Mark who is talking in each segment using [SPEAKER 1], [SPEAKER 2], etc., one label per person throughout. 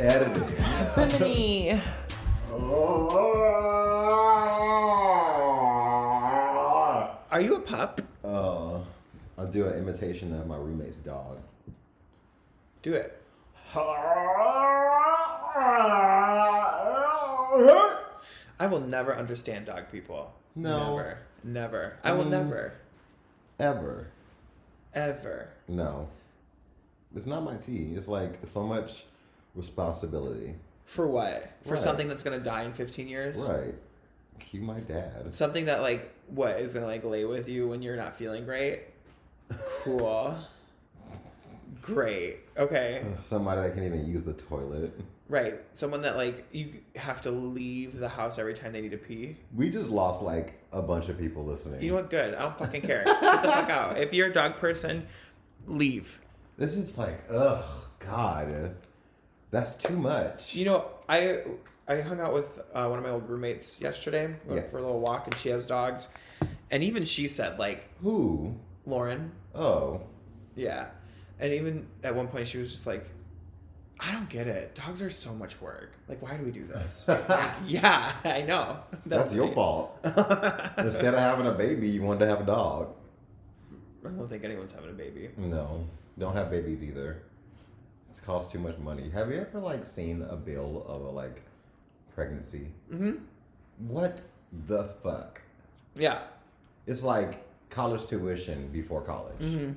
[SPEAKER 1] editing.
[SPEAKER 2] Bimini.
[SPEAKER 1] Oh,
[SPEAKER 3] Are you a pup?
[SPEAKER 1] I'll do an imitation of my roommate's dog.
[SPEAKER 3] Do it. I will never understand dog people.
[SPEAKER 1] No.
[SPEAKER 3] Never. Never. I will
[SPEAKER 1] Mm.
[SPEAKER 3] never,
[SPEAKER 1] Ever.
[SPEAKER 3] ever.
[SPEAKER 1] No. It's not my tea. It's like so much responsibility.
[SPEAKER 3] For what? For
[SPEAKER 1] Right.
[SPEAKER 3] something that's gonna die in 15 years?
[SPEAKER 1] Right. Cue my dad.
[SPEAKER 3] Something that like what is gonna like lay with you when you're not feeling great? Cool. Great. Okay.
[SPEAKER 1] Somebody that can't even use the toilet.
[SPEAKER 3] Right. Someone that like you have to leave the house every time they need to pee.
[SPEAKER 1] We just lost like a bunch of people listening.
[SPEAKER 3] You know what? Good. I don't fucking care. Get the fuck out. If you're a dog person, leave.
[SPEAKER 1] This is like, ugh, God. eh? That's too much.
[SPEAKER 3] You know, I I hung out with uh, one of my old roommates yesterday went
[SPEAKER 1] Yeah.
[SPEAKER 3] for a little walk, and she has dogs, and even she said like
[SPEAKER 1] Who?
[SPEAKER 3] Lauren,
[SPEAKER 1] Oh.
[SPEAKER 3] yeah, and even at one point she was just like, I don't get it. Dogs are so much work. Like, why do we do this? Like, yeah, I know.
[SPEAKER 1] That's, your
[SPEAKER 3] me.
[SPEAKER 1] fault. Instead of having a baby, you wanted to have a dog.
[SPEAKER 3] I don't think anyone's having a baby.
[SPEAKER 1] No, don't have babies either. It costs too much money. Have you ever like seen a bill of a like pregnancy?
[SPEAKER 3] Mm-hmm.
[SPEAKER 1] What the fuck?
[SPEAKER 3] Yeah.
[SPEAKER 1] It's like college tuition before college,
[SPEAKER 3] Mm-hmm.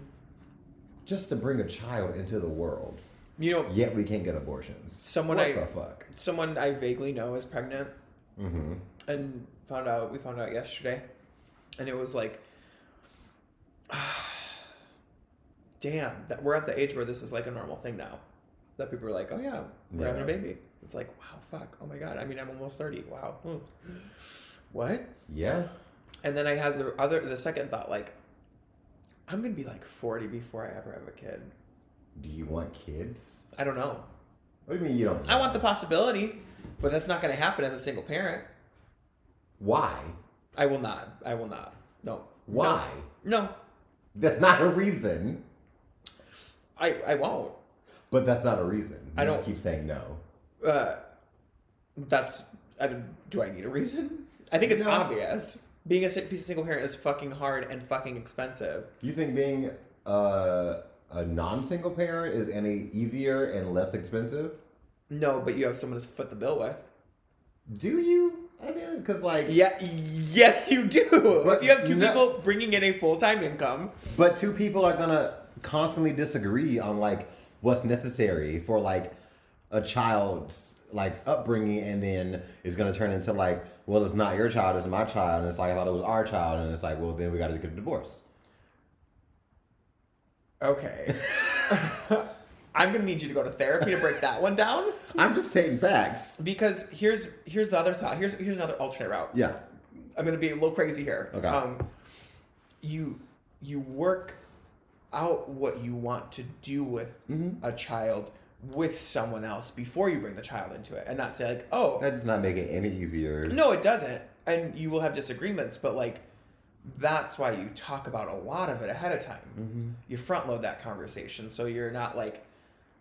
[SPEAKER 1] just to bring a child into the world.
[SPEAKER 3] You know,
[SPEAKER 1] Yet we can't get abortions.
[SPEAKER 3] Someone
[SPEAKER 1] what
[SPEAKER 3] I-
[SPEAKER 1] the fuck?
[SPEAKER 3] someone I vaguely know is pregnant.
[SPEAKER 1] Mm-hmm.
[SPEAKER 3] and found out we found out yesterday and it was like damn that we're at the age where this is like a normal thing now that people are like oh yeah we're having a
[SPEAKER 1] Yeah.
[SPEAKER 3] baby it's like wow fuck oh my god i mean i'm almost 30 wow hmm. what
[SPEAKER 1] Yeah.
[SPEAKER 3] and then i had the other the second thought like i'm gonna be like 40 before i ever have a kid
[SPEAKER 1] Do you want kids?
[SPEAKER 3] i don't know
[SPEAKER 1] What do you mean you don't?
[SPEAKER 3] i want the possibility but that's not gonna happen as a single parent
[SPEAKER 1] Why?
[SPEAKER 3] i will not i will not no
[SPEAKER 1] Why?
[SPEAKER 3] no, no.
[SPEAKER 1] That's not a reason.
[SPEAKER 3] I, I won't.
[SPEAKER 1] But that's not a reason. You
[SPEAKER 3] I
[SPEAKER 1] just
[SPEAKER 3] don't-
[SPEAKER 1] keep saying no.
[SPEAKER 3] Uh, that's. I, don't- do I need a reason? I think it's
[SPEAKER 1] No.
[SPEAKER 3] obvious. Being a si- single parent is fucking hard and fucking expensive.
[SPEAKER 1] Do you think being uh, a non-single parent is any easier and less expensive?
[SPEAKER 3] No, but you have someone to foot the bill with.
[SPEAKER 1] Do you? I mean, because like,
[SPEAKER 3] Yeah, yes, you do.
[SPEAKER 1] But
[SPEAKER 3] if you have two
[SPEAKER 1] no-
[SPEAKER 3] people bringing in a full time income,
[SPEAKER 1] but two people are gonna constantly disagree on like what's necessary for like a child's like upbringing, and then it's gonna turn into like, well, it's not your child, it's my child, and it's like I thought it was our child, and it's like, well, then we got to get a divorce.
[SPEAKER 3] okay. I'm gonna need you to go to therapy to break that one down.
[SPEAKER 1] I'm just saying facts.
[SPEAKER 3] Because here's here's the other thought. Here's here's another alternate route.
[SPEAKER 1] Yeah.
[SPEAKER 3] I'm gonna be a little crazy here.
[SPEAKER 1] Okay.
[SPEAKER 3] Um, you you work out what you want to do with
[SPEAKER 1] Mm-hmm.
[SPEAKER 3] a child with someone else before you bring the child into it, and not say like, oh,
[SPEAKER 1] That does not make it any easier.
[SPEAKER 3] no, it doesn't, and you will have disagreements, but like. That's why you talk about a lot of it ahead of time.
[SPEAKER 1] Mm-hmm.
[SPEAKER 3] You front load that conversation so you're not like,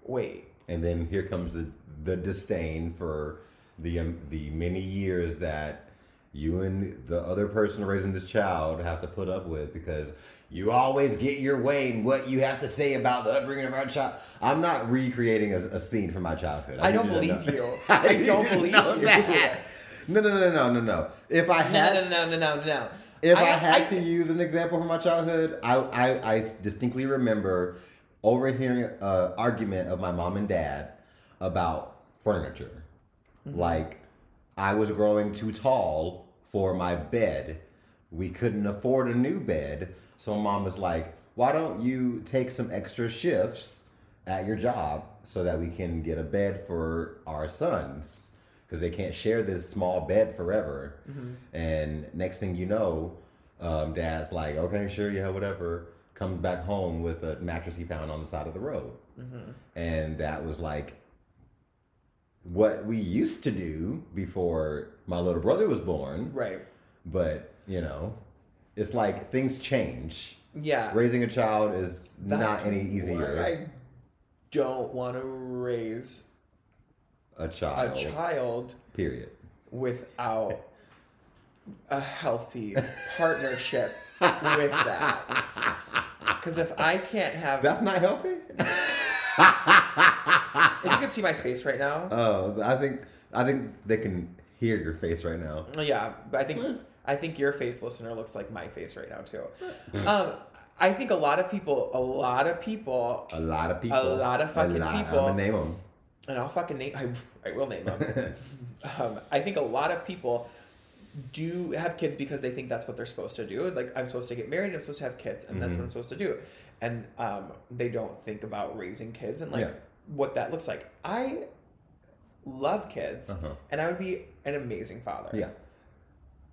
[SPEAKER 3] wait,
[SPEAKER 1] And then here comes the the disdain for the um, the many years that you and the other person raising this child have to put up with because you always get your way in what you have to say about the upbringing of our child. I'm not recreating a, a scene from my childhood.
[SPEAKER 3] I don't
[SPEAKER 1] need to
[SPEAKER 3] believe
[SPEAKER 1] know-
[SPEAKER 3] you. I
[SPEAKER 1] need
[SPEAKER 3] don't
[SPEAKER 1] to
[SPEAKER 3] believe
[SPEAKER 1] know
[SPEAKER 3] you.
[SPEAKER 1] that. No, no, no, no, no, no. If I
[SPEAKER 3] No,
[SPEAKER 1] had
[SPEAKER 3] no, no, no, no, no.
[SPEAKER 1] if I, had to use an example from my childhood, I, I, I distinctly remember overhearing an argument of my mom and dad about furniture. Like, I was growing too tall for my bed. We couldn't afford a new bed. So, mom was like, why don't you take some extra shifts at your job so that we can get a bed for our sons? because they can't share this small bed forever. And next thing you know, um, dad's like, okay, sure, yeah, whatever. Comes back home with a mattress he found on the side of the road. And that was like what we used to do before my little brother was born.
[SPEAKER 3] Right.
[SPEAKER 1] But, you know, it's like things change.
[SPEAKER 3] Yeah.
[SPEAKER 1] Raising a child is
[SPEAKER 3] That's
[SPEAKER 1] not any
[SPEAKER 3] why
[SPEAKER 1] easier.
[SPEAKER 3] I don't want to raise
[SPEAKER 1] a
[SPEAKER 3] a
[SPEAKER 1] child.
[SPEAKER 3] child
[SPEAKER 1] Period.
[SPEAKER 3] without a healthy partnership with that. Because if I can't have,
[SPEAKER 1] That's not healthy.
[SPEAKER 3] if you can see my face right now,
[SPEAKER 1] Oh, I think I think they can hear your face right now.
[SPEAKER 3] yeah, but I think I think your face, listener, looks like my face right now too. Um, I think a lot of people, a lot of people,
[SPEAKER 1] A lot of people.
[SPEAKER 3] lot of fucking people.
[SPEAKER 1] I'm gonna name them.
[SPEAKER 3] and I'll fucking name, I, I will name them. um, I think a lot of people do have kids because they think that's what they're supposed to do. Like I'm supposed to get married, I'm supposed to have kids, and
[SPEAKER 1] Mm-hmm.
[SPEAKER 3] that's what I'm supposed to do. And um, they don't think about raising kids and like
[SPEAKER 1] Yeah.
[SPEAKER 3] what that looks like. I love kids,
[SPEAKER 1] Uh-huh.
[SPEAKER 3] and I would be an amazing father.
[SPEAKER 1] Yeah.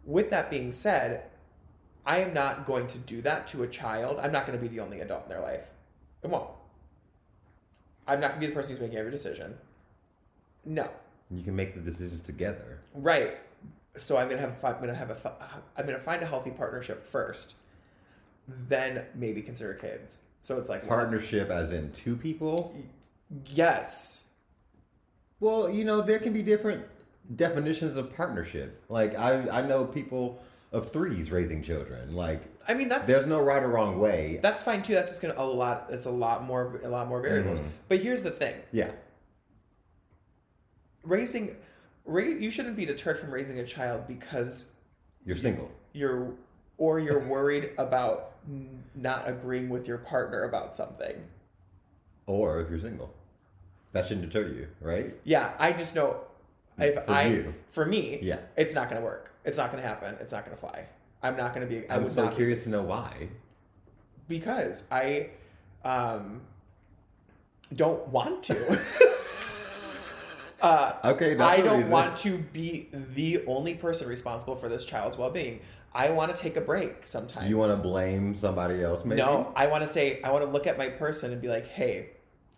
[SPEAKER 3] With that being said, I am not going to do that to a child. I'm not going to be the only adult in their life. It won't. I'm not going to be the person who's making every decision. No,
[SPEAKER 1] You can make the decisions together.
[SPEAKER 3] right. So I'm gonna have fi- I'm gonna have a fi- I'm gonna find a healthy partnership first, then maybe consider kids. So it's like
[SPEAKER 1] Partnership, as in two people.
[SPEAKER 3] yes,
[SPEAKER 1] Well, you know, there can be different definitions of partnership. Like I, I know people of threes raising children. Like
[SPEAKER 3] I mean that's
[SPEAKER 1] there's no right or wrong way.
[SPEAKER 3] that's fine too. That's just gonna a lot. It's a lot more a lot more variables. But here's the thing:
[SPEAKER 1] yeah.
[SPEAKER 3] raising, ra- you shouldn't be deterred from raising a child because
[SPEAKER 1] You're single.
[SPEAKER 3] you're or you're worried about n- not agreeing with your partner about something.
[SPEAKER 1] Or if you're single. That shouldn't deter you, right?
[SPEAKER 3] Yeah, I just know if
[SPEAKER 1] For
[SPEAKER 3] I
[SPEAKER 1] you.
[SPEAKER 3] for me,
[SPEAKER 1] Yeah.
[SPEAKER 3] it's not gonna work. It's not gonna happen. It's not gonna fly. I'm not gonna be. I
[SPEAKER 1] I'm
[SPEAKER 3] would
[SPEAKER 1] so
[SPEAKER 3] not
[SPEAKER 1] curious to know why.
[SPEAKER 3] because I um don't want to. uh,
[SPEAKER 1] Okay, that's
[SPEAKER 3] I
[SPEAKER 1] the
[SPEAKER 3] don't
[SPEAKER 1] reason.
[SPEAKER 3] want to be the only person responsible for this child's well-being. I want to take a break sometimes.
[SPEAKER 1] You want to blame somebody else, maybe?
[SPEAKER 3] No, I want to say I want to look at my person and be like, "Hey,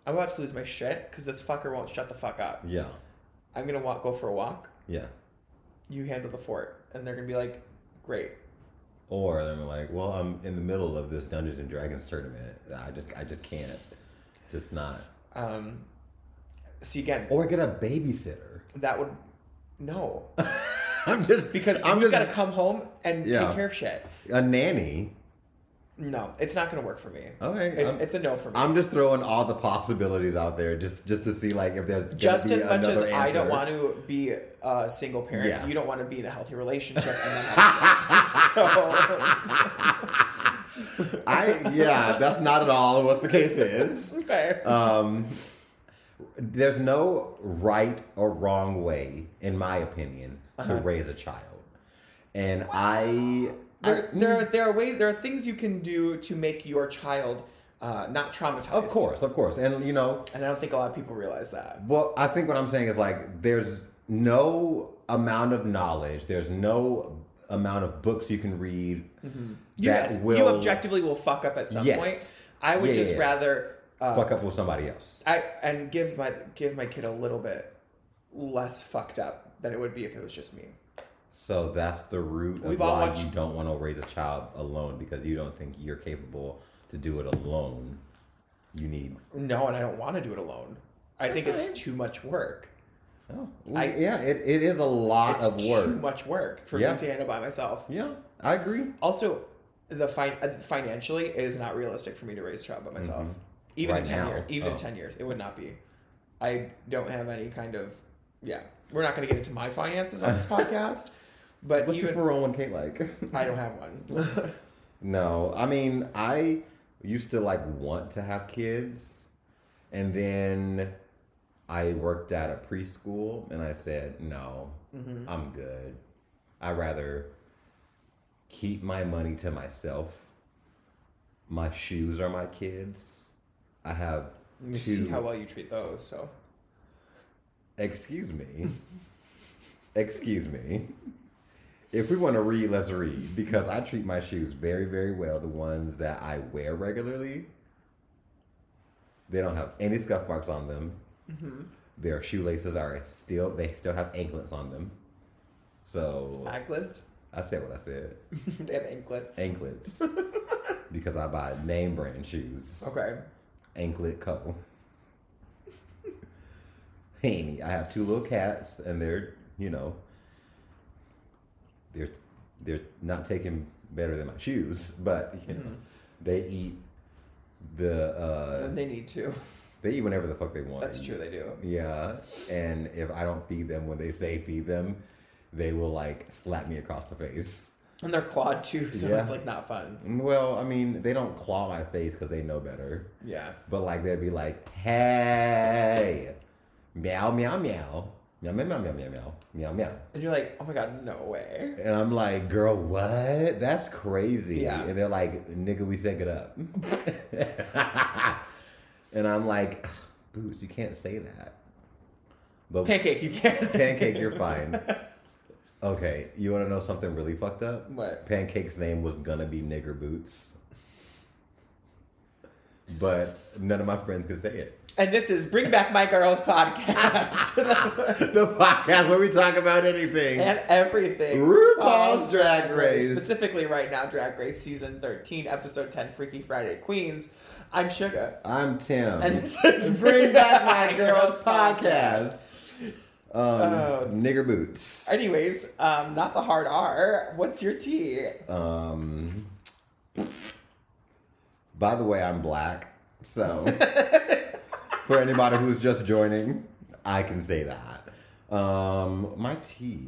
[SPEAKER 3] I'm about to lose my shit because this fucker won't shut the fuck up.
[SPEAKER 1] Yeah.
[SPEAKER 3] I'm gonna walk, go for a walk.
[SPEAKER 1] Yeah.
[SPEAKER 3] You handle the fort," and they're gonna be like, "Great."
[SPEAKER 1] Or they're like, well, I'm in the middle of this Dungeons and Dragons tournament. I just, I just can't. Just not.
[SPEAKER 3] Um, see again,
[SPEAKER 1] Or get a babysitter.
[SPEAKER 3] that would no
[SPEAKER 1] I'm just
[SPEAKER 3] because
[SPEAKER 1] I'm
[SPEAKER 3] I'm
[SPEAKER 1] just
[SPEAKER 3] just gotta come home and
[SPEAKER 1] Yeah.
[SPEAKER 3] take care of shit.
[SPEAKER 1] a nanny.
[SPEAKER 3] No, it's not gonna work for me.
[SPEAKER 1] Okay,
[SPEAKER 3] it's,
[SPEAKER 1] I'm-
[SPEAKER 3] it's a no for me.
[SPEAKER 1] I'm just throwing all the possibilities out there, just just to see like if there's gonna
[SPEAKER 3] just
[SPEAKER 1] be
[SPEAKER 3] as much as
[SPEAKER 1] another
[SPEAKER 3] I don't
[SPEAKER 1] answer.
[SPEAKER 3] want to be a single parent,
[SPEAKER 1] Yeah.
[SPEAKER 3] you don't want to be in a healthy relationship. And then have
[SPEAKER 1] I yeah, that's not at all what the case is.
[SPEAKER 3] so okay,
[SPEAKER 1] Um, there's no right or wrong way, in my opinion,
[SPEAKER 3] Uh-huh.
[SPEAKER 1] to raise a child, and I,
[SPEAKER 3] there,
[SPEAKER 1] I-
[SPEAKER 3] there, are, there are ways, there are things you can do to make your child uh, not traumatized.
[SPEAKER 1] of course, of course, and you know,
[SPEAKER 3] and I don't think a lot of people realize that.
[SPEAKER 1] Well, I think what I'm saying is like there's no amount of knowledge, there's no amount of books you can read
[SPEAKER 3] You guys, you objectively will fuck up at some
[SPEAKER 1] Yes.
[SPEAKER 3] point. I would
[SPEAKER 1] Yeah, yeah,
[SPEAKER 3] just
[SPEAKER 1] yeah.
[SPEAKER 3] rather uh,
[SPEAKER 1] fuck up with somebody else.
[SPEAKER 3] I and give my give my kid a little bit less fucked up than it would be if it was just me.
[SPEAKER 1] So that's the root of
[SPEAKER 3] We've all
[SPEAKER 1] why
[SPEAKER 3] watched-
[SPEAKER 1] you don't want to raise a child alone because you don't think you're capable to do it alone. You need
[SPEAKER 3] No, and I don't want to do it alone. I think it's
[SPEAKER 1] fine.
[SPEAKER 3] too much work.
[SPEAKER 1] oh,
[SPEAKER 3] I-
[SPEAKER 1] yeah, it, it is a lot
[SPEAKER 3] It's
[SPEAKER 1] of
[SPEAKER 3] too
[SPEAKER 1] work.
[SPEAKER 3] much work for
[SPEAKER 1] Yeah.
[SPEAKER 3] me to handle by myself.
[SPEAKER 1] Yeah, I agree.
[SPEAKER 3] Also, the fin- uh, financially, it is not realistic for me to raise a child by myself. Even
[SPEAKER 1] Mm-hmm. Right
[SPEAKER 3] in ten
[SPEAKER 1] now.
[SPEAKER 3] years, even
[SPEAKER 1] Oh.
[SPEAKER 3] in ten years, it would not be. I don't have any kind of yeah. We're not going to get into my finances on this podcast, but
[SPEAKER 1] What's your
[SPEAKER 3] even
[SPEAKER 1] 401k like?
[SPEAKER 3] I don't have one.
[SPEAKER 1] No, I mean, I used to like want to have kids, and then I worked at a preschool, and I said, no,
[SPEAKER 3] Mm-hmm.
[SPEAKER 1] I'm good. I rather keep my money to myself. My shoes are my kids. I have
[SPEAKER 3] Let me see
[SPEAKER 1] two.
[SPEAKER 3] how well you treat those. So
[SPEAKER 1] Excuse me. Excuse me. If we want to read, let's read because I treat my shoes very, very well. The ones that I wear regularly, they don't have any scuff marks on them. Their shoelaces are still, they still have anklets on them. So
[SPEAKER 3] anklets,
[SPEAKER 1] I said what I said
[SPEAKER 3] they have anklets.
[SPEAKER 1] anklets because I buy name brand shoes.
[SPEAKER 3] okay.
[SPEAKER 1] Anklet Co. pain. I have two little cats, and they're you know they're they're not taking better than my shoes, but you know
[SPEAKER 3] Mhm.
[SPEAKER 1] they eat the uh,
[SPEAKER 3] And they need to.
[SPEAKER 1] they eat whenever the fuck they want.
[SPEAKER 3] That's true. They do.
[SPEAKER 1] Yeah, and if I don't feed them when they say feed them, they will like slap me across the face.
[SPEAKER 3] And they're quad too, so
[SPEAKER 1] Yeah.
[SPEAKER 3] it's like not fun.
[SPEAKER 1] Well, I mean, they don't claw my face because they know better.
[SPEAKER 3] Yeah.
[SPEAKER 1] But like they'd be like, hey, meow, meow, meow, meow, meow, meow, meow, meow, meow, meow, meow.
[SPEAKER 3] And you're like, oh my god, no way.
[SPEAKER 1] And I'm like, girl, what? That's crazy.
[SPEAKER 3] Yeah.
[SPEAKER 1] And they're like, nigga, we said get up. and I'm like, boots, you can't say that. But
[SPEAKER 3] Pancake, you can't.
[SPEAKER 1] pancake, you're fine. Okay, you want to know something really fucked up?
[SPEAKER 3] What?
[SPEAKER 1] Pancake's name was gonna be Nigger Boots, but none of my friends could say it.
[SPEAKER 3] And this is Bring Back My Girls podcast
[SPEAKER 1] the podcast where we talk about anything.
[SPEAKER 3] and everything.
[SPEAKER 1] RuPaul's Drag Race.
[SPEAKER 3] Specifically, right now, Drag Race season 13, episode 10, Freaky Friday Queens. I'm Sugar.
[SPEAKER 1] I'm Tim.
[SPEAKER 3] And this is
[SPEAKER 1] Bring back my girls podcast. Um,
[SPEAKER 3] Oh.
[SPEAKER 1] nigger boots.
[SPEAKER 3] Anyways, um, not the hard R. What's your tea?
[SPEAKER 1] Um. By the way, I'm black, so for anybody who's just joining, I can say that. Um, my tea,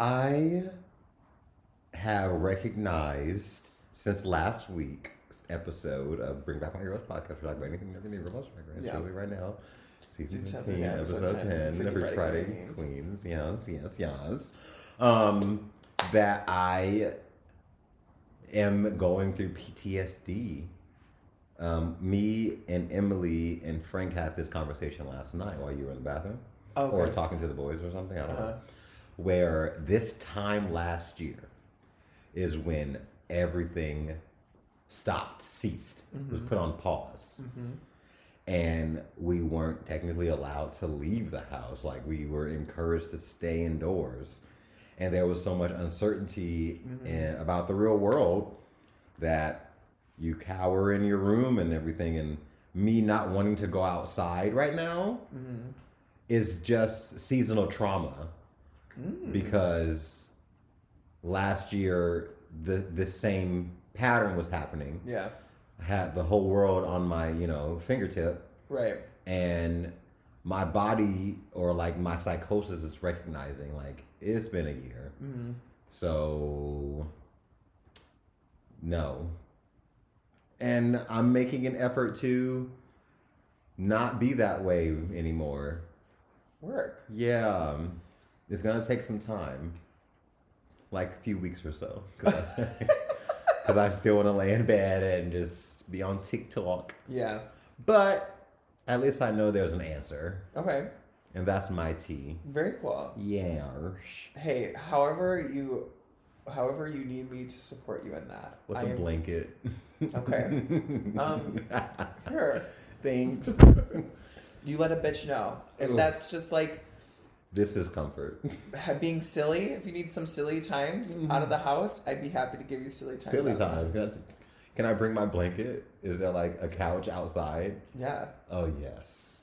[SPEAKER 1] I have recognized since last week's episode of Bring Back My Girls podcast, we talk about anything, and everything, RuPaul's Drag Race,
[SPEAKER 3] Yeah.
[SPEAKER 1] so we right now, season
[SPEAKER 3] It's
[SPEAKER 1] 15,
[SPEAKER 3] happening, yeah,
[SPEAKER 1] episode,
[SPEAKER 3] episode 10,
[SPEAKER 1] 10,
[SPEAKER 3] Freaky
[SPEAKER 1] every
[SPEAKER 3] Friday
[SPEAKER 1] Friday,
[SPEAKER 3] Queens.
[SPEAKER 1] Queens, yes, yes, yes, um, that I am going through PTSD. Um, me and Emily and Frank had this conversation last night while you were in the bathroom
[SPEAKER 3] Okay.
[SPEAKER 1] or talking to the boys or something. I don't
[SPEAKER 3] Uh-huh.
[SPEAKER 1] know. Where this time last year is when everything stopped, ceased,
[SPEAKER 3] Mm-hmm.
[SPEAKER 1] was put on pause. And we weren't technically allowed to leave the house. Like we were encouraged to stay indoors. And there was so much uncertainty
[SPEAKER 3] Mm-hmm.
[SPEAKER 1] in, about the real world that you cower in your room and everything. And me not wanting to go outside right now is just seasonal trauma because last year the the same pattern was happening.
[SPEAKER 3] Yeah.
[SPEAKER 1] I had the whole world on my you know fingertip,
[SPEAKER 3] Right.
[SPEAKER 1] and my body or like my psychosis is recognizing like it's been a year, so no. And I'm making an effort to not be that way anymore.
[SPEAKER 3] Work.
[SPEAKER 1] Yeah, um, it's gonna take some time, like a few weeks or so, because I still want to lay in bed and just be on TikTok.
[SPEAKER 3] Yeah.
[SPEAKER 1] But at least I know there's an answer,
[SPEAKER 3] Okay.
[SPEAKER 1] and that's my tea.
[SPEAKER 3] Very cool.
[SPEAKER 1] Yeah.
[SPEAKER 3] Hey, however you, however you need me to support you in that.
[SPEAKER 1] With
[SPEAKER 3] I
[SPEAKER 1] a
[SPEAKER 3] am-
[SPEAKER 1] blanket.
[SPEAKER 3] Okay. Um, Sure.
[SPEAKER 1] Thanks.
[SPEAKER 3] You let a bitch know if
[SPEAKER 1] Ooh.
[SPEAKER 3] that's just like
[SPEAKER 1] This is comfort.
[SPEAKER 3] ha- being silly. If you need some silly times out of the house, I'd be happy to give you silly times.
[SPEAKER 1] Mm-hmm. Silly
[SPEAKER 3] out of the
[SPEAKER 1] time.
[SPEAKER 3] house.
[SPEAKER 1] That's- Can I bring my blanket? Is there like a couch outside?
[SPEAKER 3] Yeah.
[SPEAKER 1] Oh yes.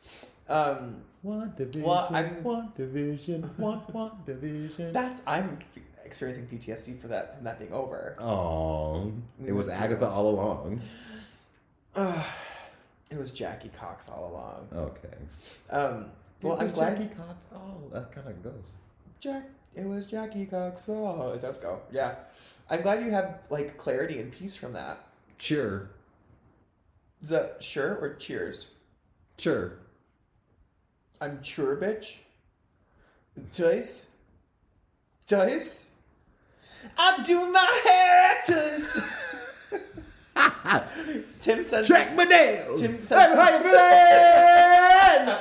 [SPEAKER 3] Um,
[SPEAKER 1] One division.
[SPEAKER 3] I'm-
[SPEAKER 1] one division. One one division.
[SPEAKER 3] that's I'm f- experiencing PTSD for that from that being over.
[SPEAKER 1] Oh,
[SPEAKER 3] We
[SPEAKER 1] it was
[SPEAKER 3] miss you.
[SPEAKER 1] Agatha all along.
[SPEAKER 3] It was Jackie Cox all along.
[SPEAKER 1] Okay.
[SPEAKER 3] Um, well,
[SPEAKER 1] It was
[SPEAKER 3] I'm glad
[SPEAKER 1] Jackie Cox. Oh, that kind of goes.
[SPEAKER 3] Jack. It was Jackie Cox. Oh, it does go. Yeah, I'm glad you have like clarity and peace from that.
[SPEAKER 1] Sure,
[SPEAKER 3] The sure or cheers.
[SPEAKER 1] sure.
[SPEAKER 3] I'm sure, bitch. Toys? Toys? I do my hair at toys! Tim says
[SPEAKER 1] Check my nails.
[SPEAKER 3] Tim
[SPEAKER 1] Hey,
[SPEAKER 3] said-
[SPEAKER 1] how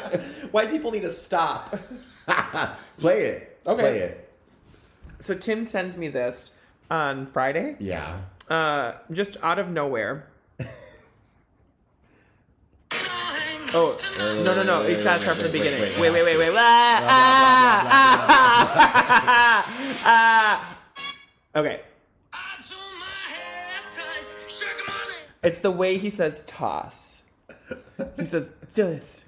[SPEAKER 1] you feeling?
[SPEAKER 3] white people need to stop.
[SPEAKER 1] Play it.
[SPEAKER 3] Okay.
[SPEAKER 1] Play it.
[SPEAKER 3] So Tim sends me this on Friday,
[SPEAKER 1] Yeah.
[SPEAKER 3] uh, just out of nowhere. Oh no no no! It's not start from the beginning. Wait wait wait wait. Uh, Okay, it's the way he says toss. He says toss.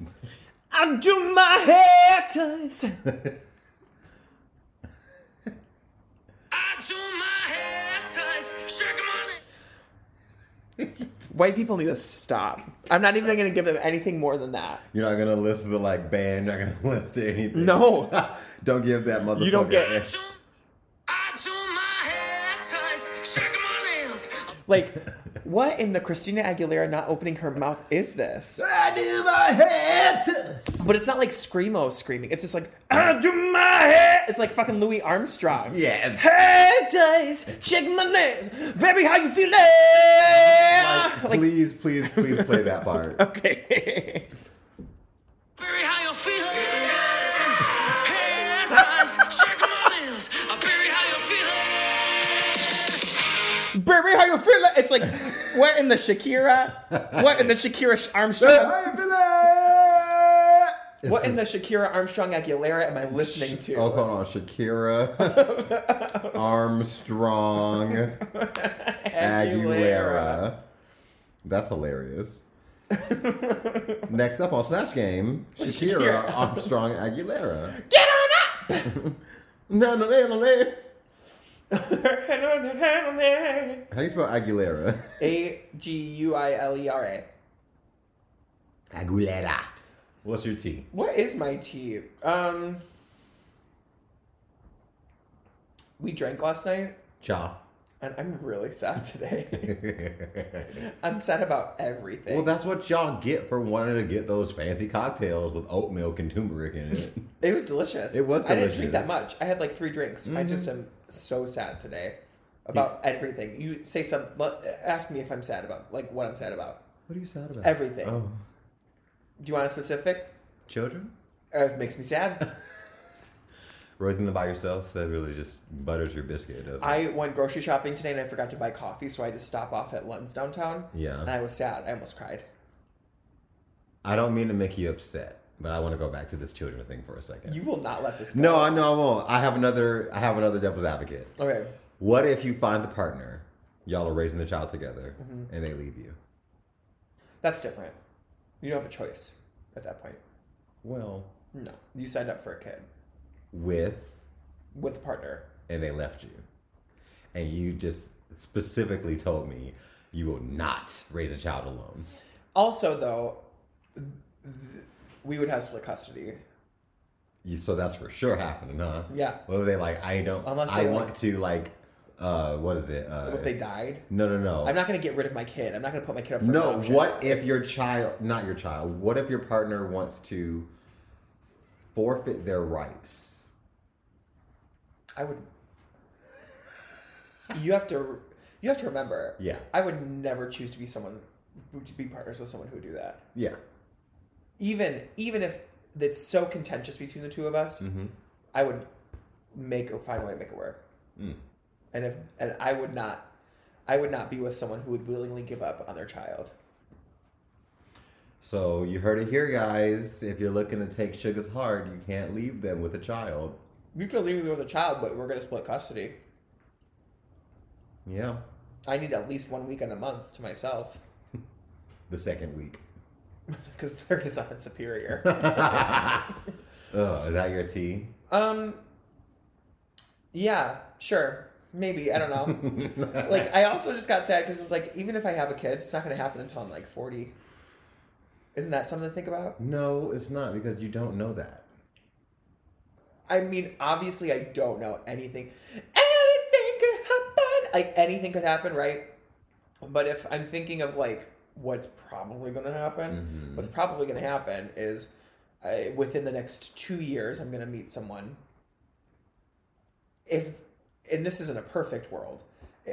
[SPEAKER 3] I do my hair ties.
[SPEAKER 2] I do my hair ties, shake my leg.
[SPEAKER 3] White people need to stop. I'm not even gonna give them anything more than that.
[SPEAKER 1] You're not gonna list the like band. You're not gonna list anything.
[SPEAKER 3] No.
[SPEAKER 1] don't give that motherfucker.
[SPEAKER 3] You don't get-
[SPEAKER 2] Do, I do my hair ties, shake my nails.
[SPEAKER 3] Like, what in the Christina Aguilera not opening her mouth is this?
[SPEAKER 1] I do my hair. to-"
[SPEAKER 3] But it's not like screamo screaming. It's just like I do my hair. It's like fucking Louis Armstrong.
[SPEAKER 1] Yeah.
[SPEAKER 3] Hair ties, check my nails, baby. How you feeling? Ah, Like,
[SPEAKER 1] please, please, please play that part.
[SPEAKER 3] okay.
[SPEAKER 2] Bury how you feel. Hair ties, shake my nails. I bury how you feel.
[SPEAKER 3] Baby, how you feeling? It's like, what in the Shakira? What in the Shakira Armstrong?
[SPEAKER 1] How you feeling? It's
[SPEAKER 3] What in the
[SPEAKER 1] just-
[SPEAKER 3] Shakira Armstrong Aguilera am I listening to?
[SPEAKER 1] Oh, hold on, Shakira Armstrong Aguilera. That's hilarious. Next up on Snatch Game, Shakira,
[SPEAKER 3] Shakira.
[SPEAKER 1] Armstrong Aguilera.
[SPEAKER 3] Get on up!
[SPEAKER 1] No, no, no, no, no. How do you spell Aguilera?
[SPEAKER 3] A G U I L E R A.
[SPEAKER 1] Aguilera. What's your T?
[SPEAKER 3] What is my tea? Um, we drank last night,
[SPEAKER 1] Cha.
[SPEAKER 3] and I'm really sad today.
[SPEAKER 1] well,
[SPEAKER 3] I'm sad about everything.
[SPEAKER 1] that's what y'all get for wanting to get those fancy cocktails with oat milk and turmeric in it.
[SPEAKER 3] It was delicious.
[SPEAKER 1] It was
[SPEAKER 3] I didn't drink
[SPEAKER 1] delicious.
[SPEAKER 3] that
[SPEAKER 1] Mm-hmm.
[SPEAKER 3] much. I had like three drinks. I just am so sad today about everything. You say some. but uh, Ask me if I'm sad about like what I'm sad about.
[SPEAKER 1] what are you sad about?
[SPEAKER 3] Everything.
[SPEAKER 1] Oh.
[SPEAKER 3] Do you want a specific?
[SPEAKER 1] Children?
[SPEAKER 3] Uh, it makes me sad.
[SPEAKER 1] Raising them by yourself, that really just butters your biscuit. doesn't it?
[SPEAKER 3] I went grocery shopping today and I forgot to buy coffee, so I had to stop off at Lund's downtown.
[SPEAKER 1] Yeah.
[SPEAKER 3] And I was sad. I almost cried.
[SPEAKER 1] I don't mean to make you upset, but I want to go back to this children thing for a second.
[SPEAKER 3] You will not let this go.
[SPEAKER 1] no, I know I won't. I have another. I have another devil's advocate.
[SPEAKER 3] Okay.
[SPEAKER 1] What if you find the partner, y'all are raising the child together,
[SPEAKER 3] Mm-hmm.
[SPEAKER 1] and they leave you?
[SPEAKER 3] That's different. You don't have a choice at that point.
[SPEAKER 1] Well,
[SPEAKER 3] No. You signed up for a kid
[SPEAKER 1] with
[SPEAKER 3] with a partner.
[SPEAKER 1] and they left you, and you just specifically told me you will not raise a child alone.
[SPEAKER 3] Also, though, th- we would have split custody.
[SPEAKER 1] You, so that's for sure happening, huh?
[SPEAKER 3] Yeah.
[SPEAKER 1] What were they like? I don't.
[SPEAKER 3] Unless
[SPEAKER 1] I
[SPEAKER 3] they,
[SPEAKER 1] want
[SPEAKER 3] like-
[SPEAKER 1] to like. Uh, what is it? Uh,
[SPEAKER 3] If they died,
[SPEAKER 1] No, no, no.
[SPEAKER 3] I'm not going to get rid of my kid. I'm not going to put my kid up for
[SPEAKER 1] no,
[SPEAKER 3] adoption.
[SPEAKER 1] what if your child, not your child, what if your partner wants to forfeit their rights?
[SPEAKER 3] I would. You have to. You have to remember.
[SPEAKER 1] Yeah.
[SPEAKER 3] I would never choose to be someone, to be partners with someone who would do that.
[SPEAKER 1] Yeah.
[SPEAKER 3] Even even if it's so contentious between the two of us, I would make a find a way to make it work. And if and I would not, I would not be with someone who would willingly give up on their child.
[SPEAKER 1] So you heard it here, guys. If you're looking to take Sugar's heart, you can't leave them with a child.
[SPEAKER 3] You can leave me with a child, but we're gonna split custody.
[SPEAKER 1] Yeah.
[SPEAKER 3] I need at least one weekend a month to myself
[SPEAKER 1] The second week.
[SPEAKER 3] because third is up in Superior.
[SPEAKER 1] Oh, is that your tea?
[SPEAKER 3] Um. Yeah, sure, maybe I don't know. like, I also just got sad because it's like, even if I have a kid, it's not going to happen until I'm like forty. Isn't that something to think about?
[SPEAKER 1] No, it's not because you don't know that.
[SPEAKER 3] I mean, obviously, I don't know anything. Anything could happen. Like anything could happen, right? But if I'm thinking of like what's probably going to happen, what's probably going to happen is I, within the next two years, I'm going to meet someone. If and this isn't a perfect world,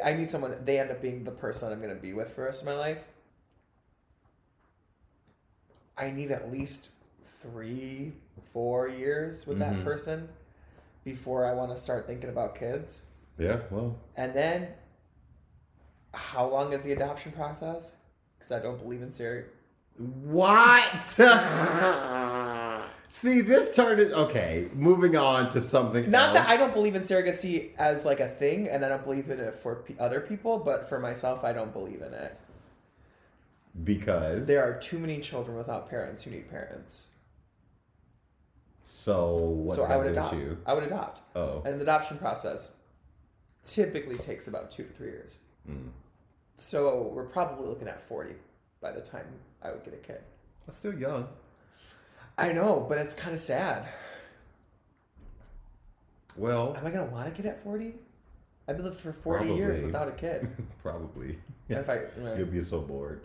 [SPEAKER 3] I meet someone. They end up being the person I'm going to be with for the rest of my life. I need at least three, four years with
[SPEAKER 1] Mm-hmm.
[SPEAKER 3] that person before I want to start thinking about kids.
[SPEAKER 1] Yeah, well.
[SPEAKER 3] And then, how long is the adoption process? Because I don't believe in serial.
[SPEAKER 1] What? See, this turned it. Okay, moving on to something
[SPEAKER 3] Not
[SPEAKER 1] else.
[SPEAKER 3] that I don't believe in surrogacy as like a thing, and I don't believe in it for p- other people, but for myself, I don't believe in it.
[SPEAKER 1] Because.
[SPEAKER 3] There are too many children without parents who need parents.
[SPEAKER 1] So what
[SPEAKER 3] so
[SPEAKER 1] did
[SPEAKER 3] I would
[SPEAKER 1] do with
[SPEAKER 3] adopt.
[SPEAKER 1] you?
[SPEAKER 3] I would adopt.
[SPEAKER 1] Oh.
[SPEAKER 3] And the adoption process typically takes about two to three years.
[SPEAKER 1] Hmm.
[SPEAKER 3] So we're probably looking at 40 by the time I would get a kid.
[SPEAKER 1] That's still young.
[SPEAKER 3] I know, but it's kind of sad.
[SPEAKER 1] Well,
[SPEAKER 3] Am I going to want a kid at 40? I've lived for 40 years
[SPEAKER 1] Probably.
[SPEAKER 3] without a kid.
[SPEAKER 1] probably.
[SPEAKER 3] If I,
[SPEAKER 1] You'll be so bored.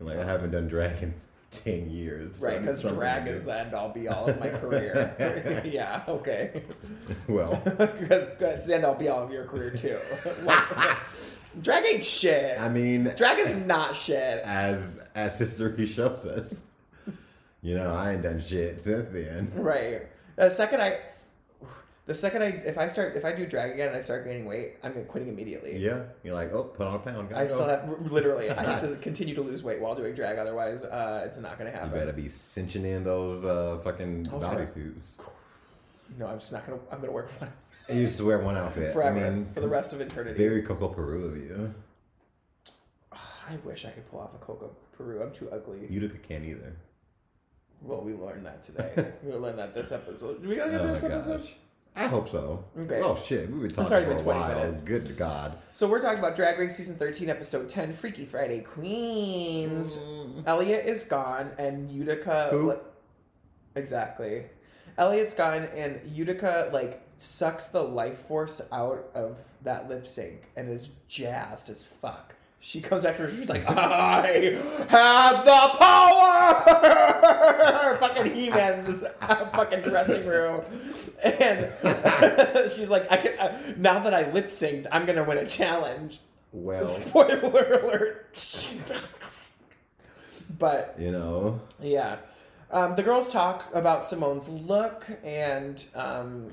[SPEAKER 1] like I haven't done drag in ten years. so I
[SPEAKER 3] right,
[SPEAKER 1] need
[SPEAKER 3] because
[SPEAKER 1] something
[SPEAKER 3] drag
[SPEAKER 1] to
[SPEAKER 3] is
[SPEAKER 1] do.
[SPEAKER 3] the end all be all of my career. yeah, okay.
[SPEAKER 1] Well,
[SPEAKER 3] Because it's the end all be all of your career, too. Like, drag ain't shit.
[SPEAKER 1] I mean,
[SPEAKER 3] drag is not shit.
[SPEAKER 1] as as history shows us, you know, I ain't done shit since then.
[SPEAKER 3] Right. The second I, the second I, if I start, if I do drag again and I start gaining weight, I'm quitting immediately.
[SPEAKER 1] Yeah, you're like, oh, put on a pound. gotta
[SPEAKER 3] I
[SPEAKER 1] go.
[SPEAKER 3] still have r- literally. I have to continue to lose weight while doing drag. Otherwise, uh, it's not gonna
[SPEAKER 1] You
[SPEAKER 3] happen.
[SPEAKER 1] better be cinching in those uh, fucking
[SPEAKER 3] Oh, sorry.
[SPEAKER 1] bodysuits.
[SPEAKER 3] No, I'm just not gonna. I'm gonna wear one
[SPEAKER 1] You used to wear one outfit.
[SPEAKER 3] forever
[SPEAKER 1] I mean,
[SPEAKER 3] for the rest of eternity.
[SPEAKER 1] very Coco Peru of you.
[SPEAKER 3] I wish I could pull off a Coco Peru. I'm too ugly.
[SPEAKER 1] You look a can either.
[SPEAKER 3] Well, we learned that today. we learned that this episode. Do we gotta get
[SPEAKER 1] Oh
[SPEAKER 3] this
[SPEAKER 1] my
[SPEAKER 3] episode?
[SPEAKER 1] gosh. I hope so.
[SPEAKER 3] Okay.
[SPEAKER 1] Oh shit, we've been talking
[SPEAKER 3] already
[SPEAKER 1] for
[SPEAKER 3] been
[SPEAKER 1] a
[SPEAKER 3] 20
[SPEAKER 1] while.
[SPEAKER 3] minutes.
[SPEAKER 1] Good to God.
[SPEAKER 3] So we're talking about Drag Race season 13, episode 10, Freaky Friday Queens. Elliot is gone, and Utica.
[SPEAKER 1] Mm. Who?
[SPEAKER 3] like- exactly. Elliot's gone, and Utica like sucks the life force out of that lip sync and is jazzed as fuck. She comes after her, she's like, I have the power! fucking He Man in this uh, fucking dressing room. And she's like, I can, uh, now that I lip synced, I'm gonna win a challenge.
[SPEAKER 1] Well,
[SPEAKER 3] Spoiler alert. She talks. but
[SPEAKER 1] you know,
[SPEAKER 3] yeah. Um, the girls talk about Simone's look, and um,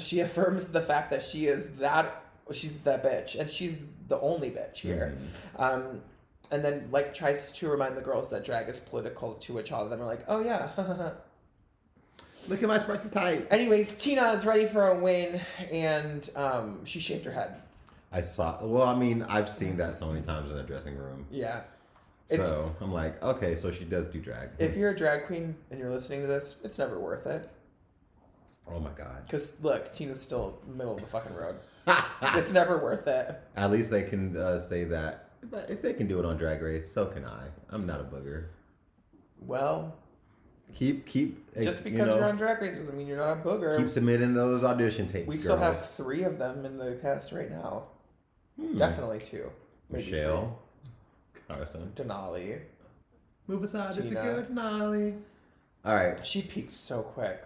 [SPEAKER 3] she affirms the fact that she is that she's the bitch, and she's the only bitch here. Um, and then like tries to remind the girls that drag is political, to which all of them are like, "Oh yeah."
[SPEAKER 1] look at my spicy tight.
[SPEAKER 3] Anyways, Tina is ready for a win, and um, she shaved her head.
[SPEAKER 1] I saw. Well, I mean, I've seen that so many times in a dressing room.
[SPEAKER 3] Yeah, it's
[SPEAKER 1] so I'm like, okay, so she does do drag.
[SPEAKER 3] if you're a drag queen and you're listening to this, it's never worth it.
[SPEAKER 1] oh my god.
[SPEAKER 3] Because look, Tina's still middle of the fucking road. it's never worth it.
[SPEAKER 1] At least they can uh, say that. But if they can do it on Drag Race, so can I. I'm not a booger.
[SPEAKER 3] Well,
[SPEAKER 1] Keep keep. ex-
[SPEAKER 3] just
[SPEAKER 1] you
[SPEAKER 3] because you
[SPEAKER 1] know,
[SPEAKER 3] are on Drag Race doesn't mean you're not a booger.
[SPEAKER 1] Keep submitting those audition tapes.
[SPEAKER 3] we still have
[SPEAKER 1] girls.
[SPEAKER 3] three of them in the cast right now. Definitely two. Maybe
[SPEAKER 1] Hmm. Michelle Carson.
[SPEAKER 3] three. Denali.
[SPEAKER 1] Move aside. It's a
[SPEAKER 3] Tina.
[SPEAKER 1] good Nolly. All right.
[SPEAKER 3] She peaked so quick.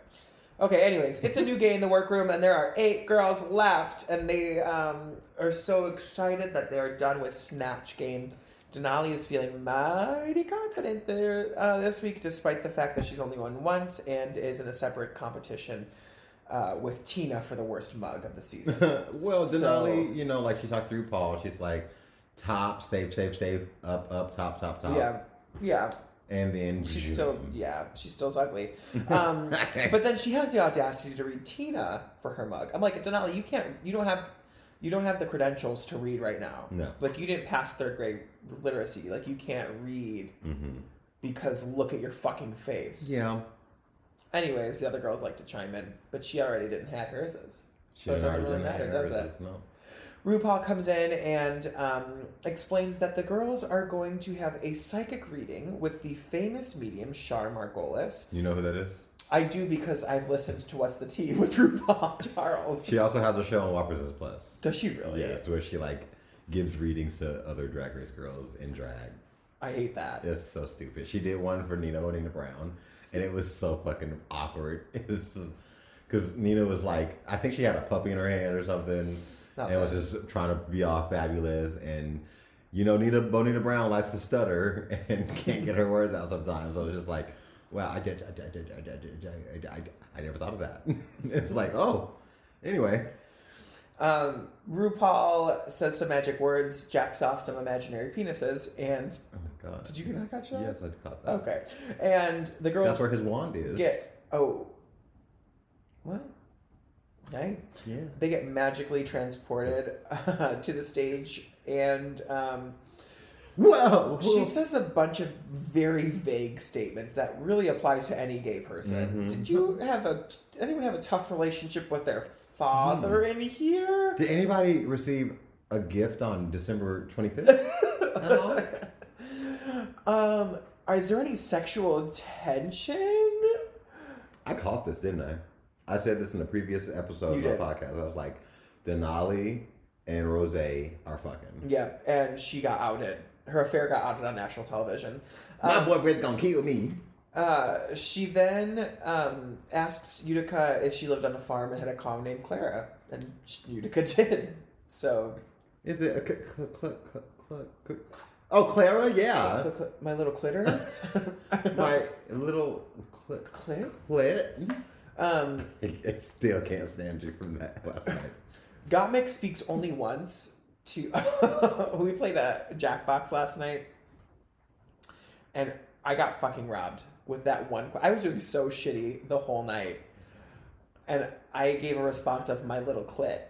[SPEAKER 3] Okay, anyways, it's a new day in the workroom, and there are eight girls left, and they um, are so excited that they're done with Snatch Game. Denali is feeling mighty confident there uh, this week, despite the fact that she's only won once and is in a separate competition uh, with Tina for the worst mug of the season.
[SPEAKER 1] Uh, Well,
[SPEAKER 3] So-
[SPEAKER 1] Denali, you know, like she talked through Paul. She's like, top, save, save, save, up, up, top, top, top.
[SPEAKER 3] yeah, yeah.
[SPEAKER 1] And then
[SPEAKER 3] She's still, yeah, she still's ugly. Um, but then she has the audacity to read Tina for her mug. I'm like, Denali, you can't, you don't have, you don't have the credentials to read right now.
[SPEAKER 1] No.
[SPEAKER 3] like you didn't pass third grade literacy. Like you can't read
[SPEAKER 1] Mm-hmm.
[SPEAKER 3] because look at your fucking face.
[SPEAKER 1] Yeah.
[SPEAKER 3] Anyways, the other girls like to chime in, but she already didn't have hers. So it
[SPEAKER 1] She
[SPEAKER 3] doesn't
[SPEAKER 1] already
[SPEAKER 3] really
[SPEAKER 1] done
[SPEAKER 3] matter,
[SPEAKER 1] hers,
[SPEAKER 3] does it?
[SPEAKER 1] No.
[SPEAKER 3] RuPaul comes in and um, explains that the girls are going to have a psychic reading with the famous medium Shar Margolis.
[SPEAKER 1] You know who that is?
[SPEAKER 3] I do because I've listened to What's the Tea with RuPaul Charles.
[SPEAKER 1] She also has a show on Whoppers Plus.
[SPEAKER 3] Does she really?
[SPEAKER 1] Yes, where she like gives readings to other Drag Race girls in drag.
[SPEAKER 3] I hate that.
[SPEAKER 1] It's so stupid. She did one for Nina Nina Brown, and it was so fucking awkward. Because Nina was like, I think she had a puppy in her hand or something,
[SPEAKER 3] Not
[SPEAKER 1] and was
[SPEAKER 3] this.
[SPEAKER 1] just trying to be all fabulous. And you know, Nina Bonita Brown likes to stutter and can't get her words out sometimes. So it's just like, wow, I did, I did, I did, I did, I did, I, did- I never thought of that. it's like, oh, anyway,
[SPEAKER 3] Um, RuPaul says some magic words, jacks off some imaginary penises, and
[SPEAKER 1] oh my god,
[SPEAKER 3] did you get that shot?
[SPEAKER 1] Yes, I caught that.
[SPEAKER 3] Okay. And the girls
[SPEAKER 1] That's where his wand is.
[SPEAKER 3] get oh what? Night.
[SPEAKER 1] Yeah.
[SPEAKER 3] they uh, get magically transported to the stage and um,
[SPEAKER 1] Whoa.
[SPEAKER 3] She says a bunch of very vague statements that really apply to any gay person. Did you have a anyone have a tough relationship with their father in here?
[SPEAKER 1] Did anybody receive a gift on December 25th? At all?
[SPEAKER 3] Um, is there any sexual intention?
[SPEAKER 1] I caught this, didn't I? I said this in the previous episode
[SPEAKER 3] You
[SPEAKER 1] of
[SPEAKER 3] did.
[SPEAKER 1] my podcast. I was like, Denali and Rose are fucking.
[SPEAKER 3] Yeah, and she got outed. Her affair got outed on national television.
[SPEAKER 1] My
[SPEAKER 3] Um,
[SPEAKER 1] boyfriend's gonna kill me.
[SPEAKER 3] uh, she then um, asks Utica if she lived on a farm and had a cow named Clara, and sh- Utica did. So,
[SPEAKER 1] Is it a cl- cl- cl- cl- cl- cl- Oh, Clara, yeah.
[SPEAKER 3] cl- cl- my little clitoris.
[SPEAKER 1] My little cl-
[SPEAKER 3] Clit?
[SPEAKER 1] clit.
[SPEAKER 3] um,
[SPEAKER 1] I still can't stand you from that last night.
[SPEAKER 3] Gottmik speaks only once to. we played a Jackbox last night, and I got fucking robbed with that one. I was doing so shitty the whole night, and I gave a response of my little clit.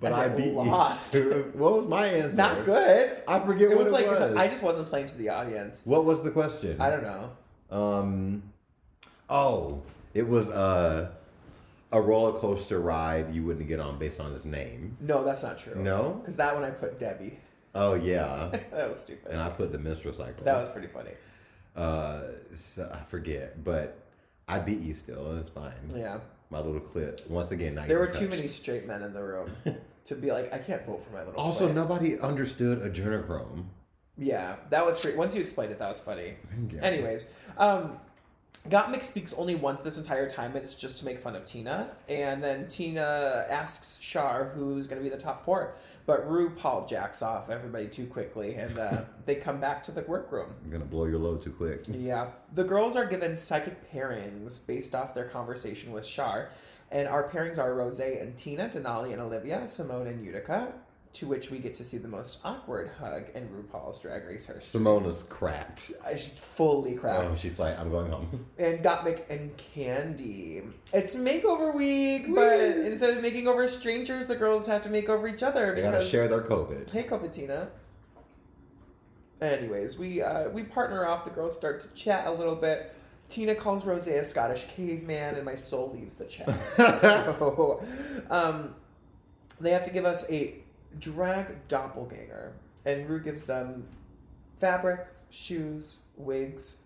[SPEAKER 1] But
[SPEAKER 3] And
[SPEAKER 1] I
[SPEAKER 3] it
[SPEAKER 1] beat
[SPEAKER 3] lost.
[SPEAKER 1] you. What was my answer?
[SPEAKER 3] Not good.
[SPEAKER 1] I forget
[SPEAKER 3] It
[SPEAKER 1] what
[SPEAKER 3] was
[SPEAKER 1] it
[SPEAKER 3] like
[SPEAKER 1] was.
[SPEAKER 3] I just wasn't playing to the audience.
[SPEAKER 1] What was the question?
[SPEAKER 3] I don't know.
[SPEAKER 1] Um, oh, it was a a roller coaster ride you wouldn't get on based on its name.
[SPEAKER 3] No, that's not true.
[SPEAKER 1] No.
[SPEAKER 3] because that one I put Debbie.
[SPEAKER 1] Oh yeah,
[SPEAKER 3] that was stupid.
[SPEAKER 1] and I put the menstrual cycle.
[SPEAKER 3] That was pretty funny.
[SPEAKER 1] Uh, so I forget, but I beat you still, and it's fine.
[SPEAKER 3] Yeah.
[SPEAKER 1] My little clip. Once again, not
[SPEAKER 3] There were
[SPEAKER 1] even
[SPEAKER 3] too
[SPEAKER 1] touched.
[SPEAKER 3] many straight men in the room to be like, I can't vote for my little.
[SPEAKER 1] Also,
[SPEAKER 3] clit."
[SPEAKER 1] nobody understood a adrenochrome.
[SPEAKER 3] Yeah, that was pretty. Once you explained it, that was funny.
[SPEAKER 1] Yeah.
[SPEAKER 3] Anyways, um, Gottmik speaks only once this entire time, and it's just to make fun of Tina. And then Tina asks Shar who's going to be the top four, but RuPaul jacks off everybody too quickly, and uh, they come back to the workroom.
[SPEAKER 1] I'm gonna blow your load too quick.
[SPEAKER 3] Yeah. The girls are given psychic pairings based off their conversation with Shar. And our pairings are Rose and Tina, Denali and Olivia, Simone and Utica, to which we get to see the most awkward hug in RuPaul's Drag Race Hearst.
[SPEAKER 1] Simona's cracked.
[SPEAKER 3] I should fully
[SPEAKER 1] Oh,
[SPEAKER 3] cracked.
[SPEAKER 1] she's like, I'm going home.
[SPEAKER 3] And Gottmik and Candy. It's makeover week, but
[SPEAKER 1] Woo!
[SPEAKER 3] instead of making over strangers, the girls have to make over each other.
[SPEAKER 1] They gotta
[SPEAKER 3] because
[SPEAKER 1] share their COVID.
[SPEAKER 3] Hey, Copatina. Anyways, we uh, we partner off. The girls start to chat a little bit. Tina calls Rose a Scottish caveman, and my soul leaves the chat. so, um, they have to give us a drag doppelganger, and Rue gives them fabric, shoes, wigs,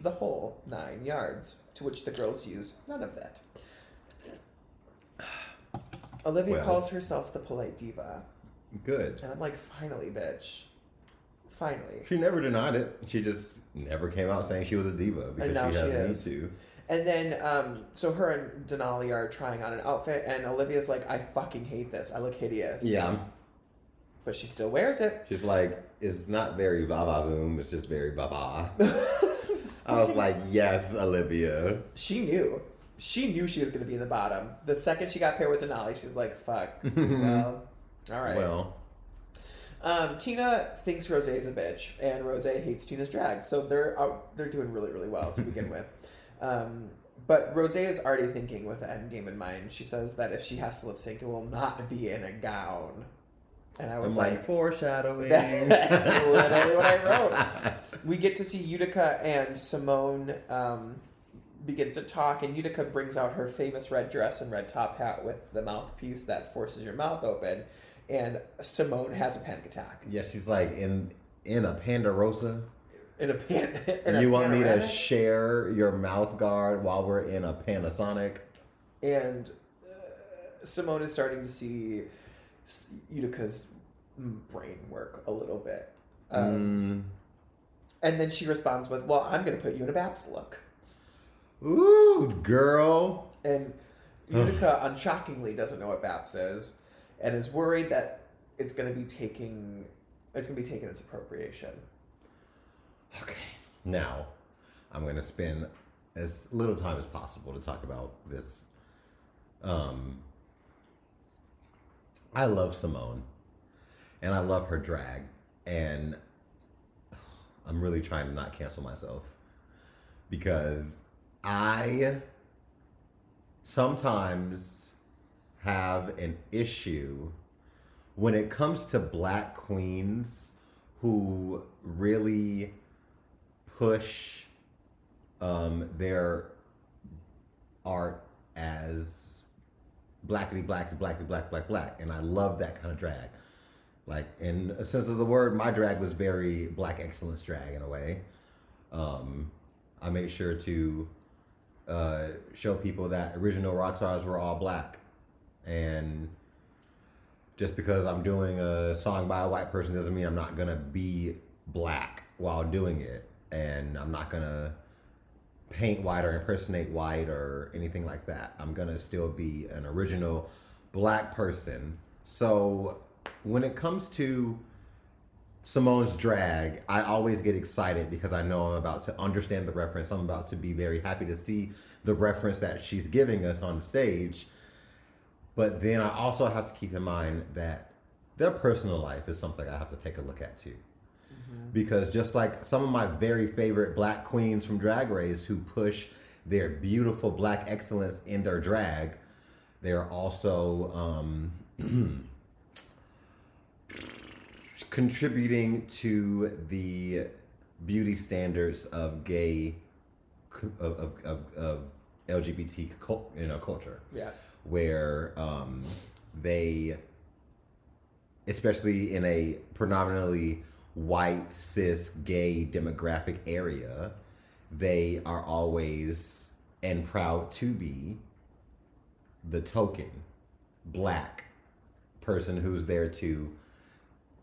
[SPEAKER 3] the whole nine yards. To which the girls use none of that. Olivia
[SPEAKER 1] Well.
[SPEAKER 3] calls herself the polite diva.
[SPEAKER 1] Good.
[SPEAKER 3] And I'm like, finally, bitch. Finally.
[SPEAKER 1] She never denied it. She just never came out saying she was a diva because
[SPEAKER 3] now
[SPEAKER 1] she
[SPEAKER 3] she
[SPEAKER 1] doesn't
[SPEAKER 3] is.
[SPEAKER 1] need to.
[SPEAKER 3] And then, um, so her and Denali are trying on an outfit, and Olivia's like, I fucking hate this. I look hideous.
[SPEAKER 1] Yeah.
[SPEAKER 3] But she still wears it.
[SPEAKER 1] She's like, it's not very baba boom, it's just very baba. I was like, yes, Olivia.
[SPEAKER 3] She knew. She knew she was going to be in the bottom. The second she got paired with Denali, she's like, fuck. well, all right.
[SPEAKER 1] Well,
[SPEAKER 3] Um, Tina thinks Rose is a bitch, and Rose hates Tina's drag, so they're out, they're doing really really well to begin with. Um, but Rose is already thinking with the end game in mind. She says that if she has to lip sync, it will not be in a gown. And I
[SPEAKER 1] I'm
[SPEAKER 3] was
[SPEAKER 1] like,
[SPEAKER 3] like,
[SPEAKER 1] foreshadowing.
[SPEAKER 3] that's literally what I wrote. We get to see Utica and Simone um, begin to talk, and Utica brings out her famous red dress and red top hat with the mouthpiece that forces your mouth open. And Simone has a panic attack.
[SPEAKER 1] yeah, she's like, in in a Pandarosa,
[SPEAKER 3] in a pan. In a
[SPEAKER 1] you want me to
[SPEAKER 3] panoramic?
[SPEAKER 1] share your mouth guard while we're in a Panasonic?
[SPEAKER 3] and uh, Simone is starting to see S- Utica's mm, brain work a little bit, um,
[SPEAKER 1] Mm.
[SPEAKER 3] and then she responds with, "Well, I'm going to put you in a Babs look."
[SPEAKER 1] Ooh, girl.
[SPEAKER 3] And Utica, unshockingly, doesn't know what Babs is, and is worried that it's going to be taking it's going to be taken as appropriation.
[SPEAKER 1] Okay. Now, I'm going to spend as little time as possible to talk about this. Um, I love Simone, and I love her drag, and I'm really trying to not cancel myself because I sometimes have an issue when it comes to black queens who really push um, their art as blackety black blacky black black black and i love that kind of drag like in a sense of the word my drag was very black excellence drag in a way um, i made sure to uh, show people that original rock stars were all black and just because i'm doing a song by a white person doesn't mean i'm not gonna be black while doing it and i'm not gonna paint white or impersonate white or anything like that. I'm gonna still be an original black person. So when it comes to Simone's drag, I always get excited because I know I'm about to understand the reference. I'm about to be very happy to see the reference that she's giving us on stage. But then I also have to keep in mind that their personal life is something I have to take a look at too because just like some of my very favorite black queens from Drag Race who push their beautiful black excellence in their drag, they are also um, contributing to the beauty standards of gay cu- of of, of, of LGBT cul- you know culture
[SPEAKER 3] Yeah.
[SPEAKER 1] where um, they, especially in a predominantly white, cis, gay demographic area, they are always and proud to be the token black person who's there to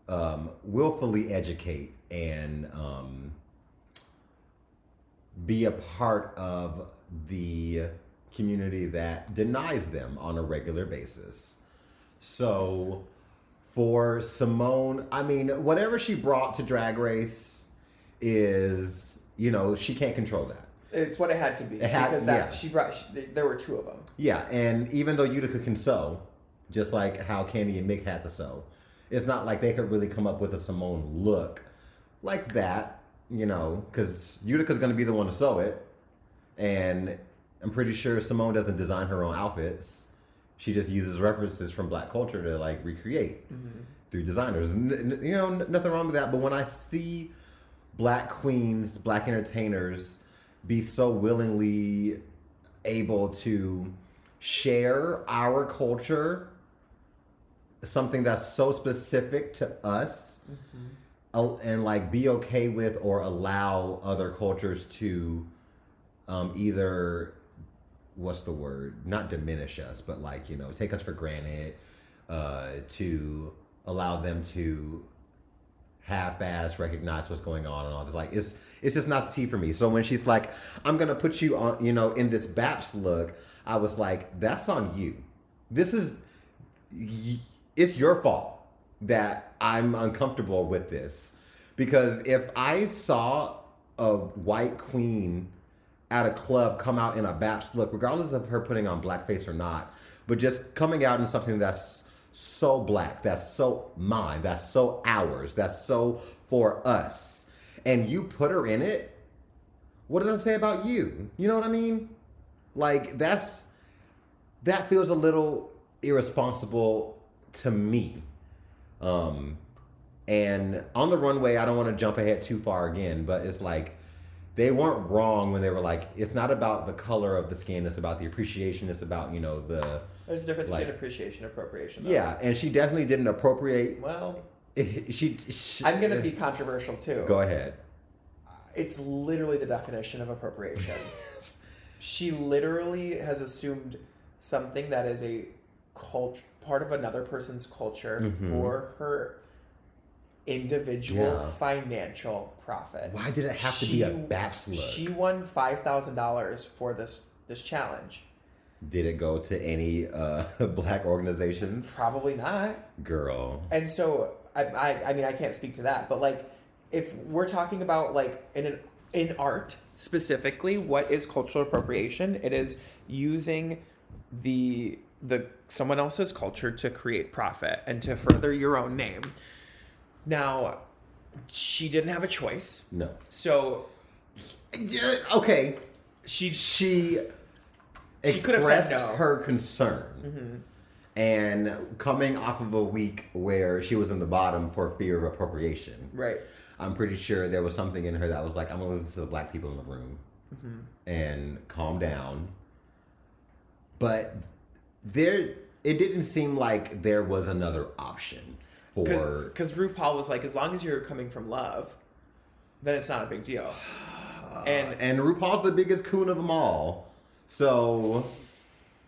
[SPEAKER 1] um, willfully educate and um, be a part of the community that denies them on a regular basis. So for Simone, I mean, whatever she brought to Drag Race is, you know, she can't control that.
[SPEAKER 3] It's what it had to be
[SPEAKER 1] It had-
[SPEAKER 3] because that
[SPEAKER 1] yeah.
[SPEAKER 3] she brought. She, there were two of them.
[SPEAKER 1] Yeah, and even though Utica can sew, just like how Candy and Mick had to sew, it's not like they could really come up with a Simone look like that, you know, because Utica's going to be the one to sew it. And I'm pretty sure Simone doesn't design her own outfits. She just uses references from black culture to like recreate through designers. N- n- you know, n- nothing wrong with that. But when I see black queens, black entertainers be so willingly able to share our culture, something that's so specific to us, al- and like be okay with or allow other cultures to um, either what's the word not diminish us but like you know take us for granted uh, to allow them to half-ass recognize what's going on and all this like it's it's just not tea for me so when she's like i'm gonna put you on you know in this baps look i was like that's on you this is y- it's your fault that i'm uncomfortable with this because if i saw a white queen at a club come out in a baps look regardless of her putting on blackface or not but just coming out in something that's so black, that's so mine, that's so ours, that's so for us. And you put her in it, what does that say about you? You know what I mean? Like that's that feels a little irresponsible to me. Um and on the runway, I don't want to jump ahead too far again, but it's like they weren't wrong when they were like, it's not about the color of the skin, it's about the appreciation, it's about, you know, the
[SPEAKER 3] There's a difference
[SPEAKER 1] Like-
[SPEAKER 3] between appreciation and appropriation. though.
[SPEAKER 1] yeah, and she definitely didn't appropriate.
[SPEAKER 3] Well,
[SPEAKER 1] She, she
[SPEAKER 3] I'm gonna be controversial too.
[SPEAKER 1] Go ahead.
[SPEAKER 3] It's literally the definition of appropriation. she literally has assumed something that is a cult- part of another person's culture for her individual
[SPEAKER 1] Mm-hmm. Yeah.
[SPEAKER 3] financial profit.
[SPEAKER 1] Why did it have to be a Baps look?
[SPEAKER 3] She won five thousand dollars for this this challenge.
[SPEAKER 1] Did it go to any uh, black organizations?
[SPEAKER 3] Probably not.
[SPEAKER 1] Girl.
[SPEAKER 3] And so I, I I mean I can't speak to that, but like if we're talking about like in an, in art specifically, what is cultural appropriation? It is using the the someone else's culture to create profit and to further your own name. Now, she didn't have a choice.
[SPEAKER 1] No.
[SPEAKER 3] So
[SPEAKER 1] Yeah, Okay.
[SPEAKER 3] she
[SPEAKER 1] She
[SPEAKER 3] She could have said
[SPEAKER 1] expressed
[SPEAKER 3] no. Mm-hmm.
[SPEAKER 1] her concern. and coming off of a week where she was in the bottom for fear of appropriation.
[SPEAKER 3] Right.
[SPEAKER 1] I'm pretty sure there was something in her that was like, I'm gonna listen to the black people in the room
[SPEAKER 3] Mm-hmm.
[SPEAKER 1] and calm down. But there, it didn't seem like there was another option for.
[SPEAKER 3] Because RuPaul was like, as long as you're coming from love, then it's not a big deal. And
[SPEAKER 1] And RuPaul's the biggest coon of them all. So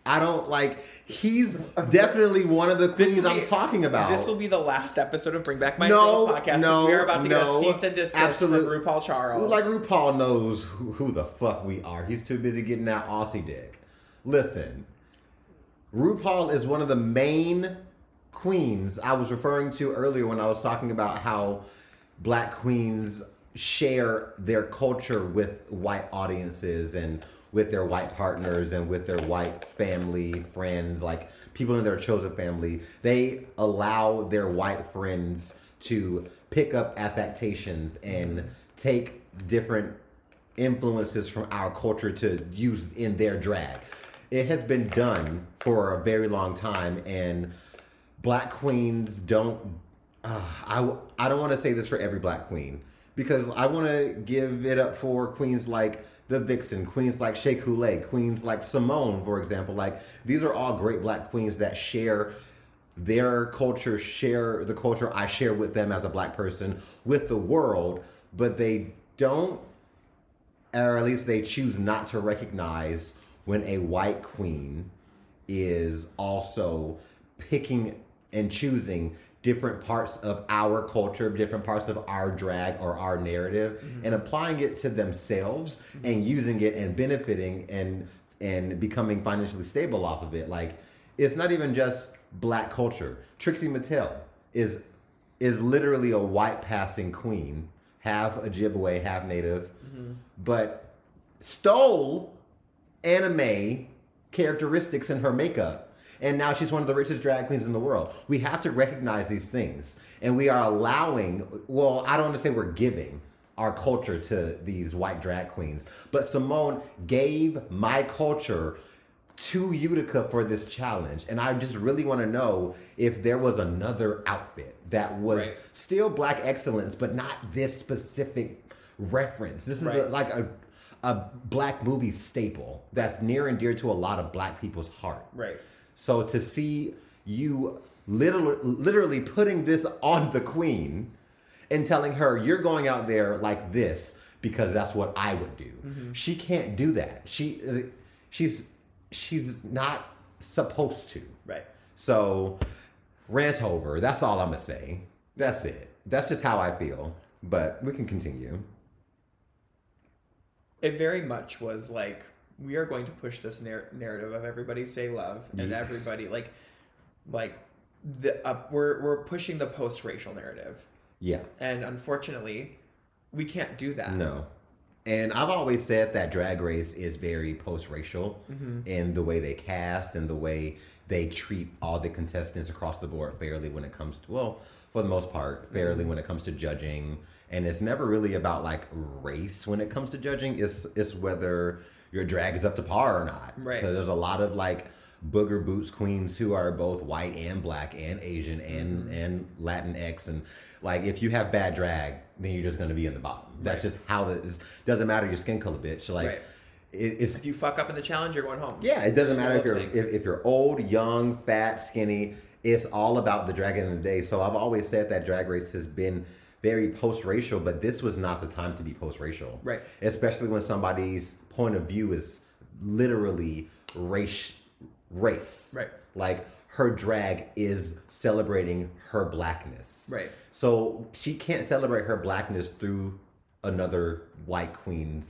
[SPEAKER 1] I don't like. He's definitely one of the
[SPEAKER 3] this
[SPEAKER 1] queens
[SPEAKER 3] will
[SPEAKER 1] I'm
[SPEAKER 3] be-
[SPEAKER 1] talking about.
[SPEAKER 3] This will be the last episode of Bring Back My
[SPEAKER 1] No,
[SPEAKER 3] Girls podcast because
[SPEAKER 1] no,
[SPEAKER 3] we are about to get
[SPEAKER 1] no,
[SPEAKER 3] a cease and desist
[SPEAKER 1] absolute-
[SPEAKER 3] from RuPaul Charles.
[SPEAKER 1] Like RuPaul knows who, who the fuck we are. He's too busy getting that Aussie dick. Listen, RuPaul is one of the main queens I was referring to earlier when I was talking about how black queens share their culture with white audiences and with their white partners and with their white family friends like people in their chosen family they allow their white friends to pick up affectations and take different influences from our culture to use in their drag. It has been done for a very long time, and black queens don't. Uh, I I don't want to say this for every black queen because I want to give it up for queens like the Vixen, queens like Shea Coulee, queens like Simone, for example. Like these are all great black queens that share their culture share the culture I share with them as a black person with the world, but they don't or at least they choose not to recognize when a white queen is also picking and choosing different parts of our culture, different parts of our drag or our narrative, and applying it to themselves and using it and benefiting and and becoming financially stable off of it. Like it's not even just black culture. Trixie Mattel is is literally a white passing queen, half Ojibwe, half Native, but stole anime characteristics in her makeup. And now she's one of the richest drag queens in the world. We have to recognize these things. And we are allowing, well, I don't want to say we're giving our culture to these white drag queens, but Simone gave my culture to Utica for this challenge. And I just really want to know if there was another outfit that was
[SPEAKER 3] Right.
[SPEAKER 1] still black excellence, but not this specific reference. This is a,
[SPEAKER 3] Right.
[SPEAKER 1] like a a black movie staple that's near and dear to a lot of black people's heart.
[SPEAKER 3] right.
[SPEAKER 1] So to see you literally, literally putting this on the queen and telling her you're going out there like this because that's what I would do.
[SPEAKER 3] Mm-hmm.
[SPEAKER 1] She can't do that. She she's she's not supposed to.
[SPEAKER 3] Right.
[SPEAKER 1] So rant over. That's all I'm gonna say. That's it. That's just how I feel. But we can continue.
[SPEAKER 3] It very much was like we are going to push this narr- narrative of everybody say love and everybody like like the up we're we're pushing the post racial narrative
[SPEAKER 1] Yeah.
[SPEAKER 3] and unfortunately we can't do that.
[SPEAKER 1] No. And I've always said that Drag Race is very post racial in the way they cast and the way they treat all the contestants across the board fairly when it comes to, well, for the most part, fairly when it comes to judging. And it's never really about like race when it comes to judging, it's, it's whether your drag is up to par or not.
[SPEAKER 3] Right.
[SPEAKER 1] 'Cause there's a lot of like booger boots queens who are both white and black and Asian and and Latinx and like if you have bad drag, then you're just gonna be in the bottom. That's just how it is. Doesn't matter your skin color, bitch. Like
[SPEAKER 3] Right.
[SPEAKER 1] it, it's
[SPEAKER 3] If you fuck up in the challenge, you're going home.
[SPEAKER 1] yeah, it doesn't matter if you're
[SPEAKER 3] Lip sync.
[SPEAKER 1] if, if you're old, young, fat, skinny. It's all about the drag in the day. So I've always said that Drag Race has been very post-racial, but this was not the time to be post-racial.
[SPEAKER 3] Right.
[SPEAKER 1] Especially when somebody's point of view is literally race race.
[SPEAKER 3] Right.
[SPEAKER 1] Like her drag is celebrating her blackness.
[SPEAKER 3] Right.
[SPEAKER 1] So she can't celebrate her blackness through another white queen's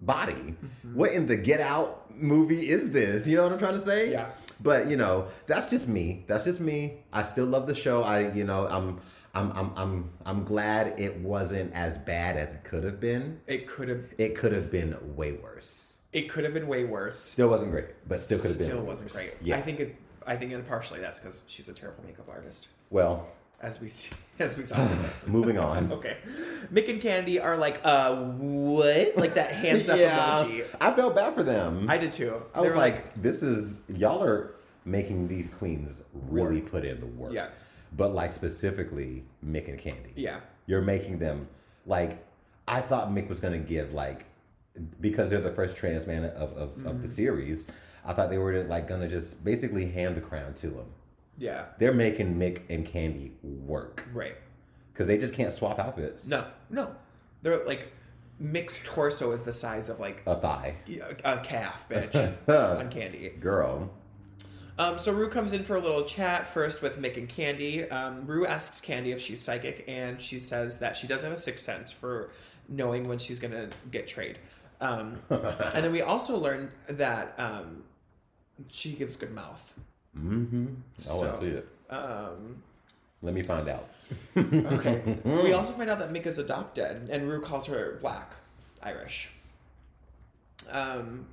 [SPEAKER 1] body.
[SPEAKER 3] Mm-hmm.
[SPEAKER 1] What in the Get Out movie is this? You know what I'm trying to say?
[SPEAKER 3] Yeah.
[SPEAKER 1] But you know, that's just me. That's just me. I still love the show. I you know I'm I'm I'm I'm I'm glad it wasn't as bad as it could have been.
[SPEAKER 3] It could have
[SPEAKER 1] It could have been way worse.
[SPEAKER 3] it could have been way worse.
[SPEAKER 1] Still wasn't great, but still could have been.
[SPEAKER 3] Still
[SPEAKER 1] way
[SPEAKER 3] wasn't
[SPEAKER 1] worse.
[SPEAKER 3] great.
[SPEAKER 1] Yeah.
[SPEAKER 3] I think it I think and partially that's because she's a terrible makeup artist.
[SPEAKER 1] well,
[SPEAKER 3] As we see as we saw.
[SPEAKER 1] moving on.
[SPEAKER 3] Okay. Mick and Candy are like, uh, what? Like that hands up emoji.
[SPEAKER 1] I felt bad for them.
[SPEAKER 3] I did too.
[SPEAKER 1] I
[SPEAKER 3] They
[SPEAKER 1] was
[SPEAKER 3] were
[SPEAKER 1] like, this is y'all are making these queens really put in the work.
[SPEAKER 3] Yeah.
[SPEAKER 1] But like specifically Mick and Candy.
[SPEAKER 3] Yeah.
[SPEAKER 1] You're making them like I thought Mick was gonna give like because they're the first trans man of of, of
[SPEAKER 3] Mm-hmm.
[SPEAKER 1] the series, I thought they were like gonna just basically hand the crown to him.
[SPEAKER 3] Yeah.
[SPEAKER 1] They're making Mick and Candy work
[SPEAKER 3] Right.
[SPEAKER 1] because they just can't swap outfits.
[SPEAKER 3] No. No. They're like mixed torso is the size of like
[SPEAKER 1] A thigh,
[SPEAKER 3] a, a calf, bitch. on Candy.
[SPEAKER 1] girl.
[SPEAKER 3] Um, so Rue comes in for a little chat first with Mick and Candy. Um, Rue asks Candy if she's psychic, and she says that she does have a sixth sense for knowing when she's gonna get trade. Um, and then we also learned that um, she gives good mouth.
[SPEAKER 1] Mm-hmm. I want
[SPEAKER 3] So-
[SPEAKER 1] to see it.
[SPEAKER 3] Um,
[SPEAKER 1] Let me find out.
[SPEAKER 3] okay. we also find out that Mick is adopted, and Rue calls her black, Irish. Um,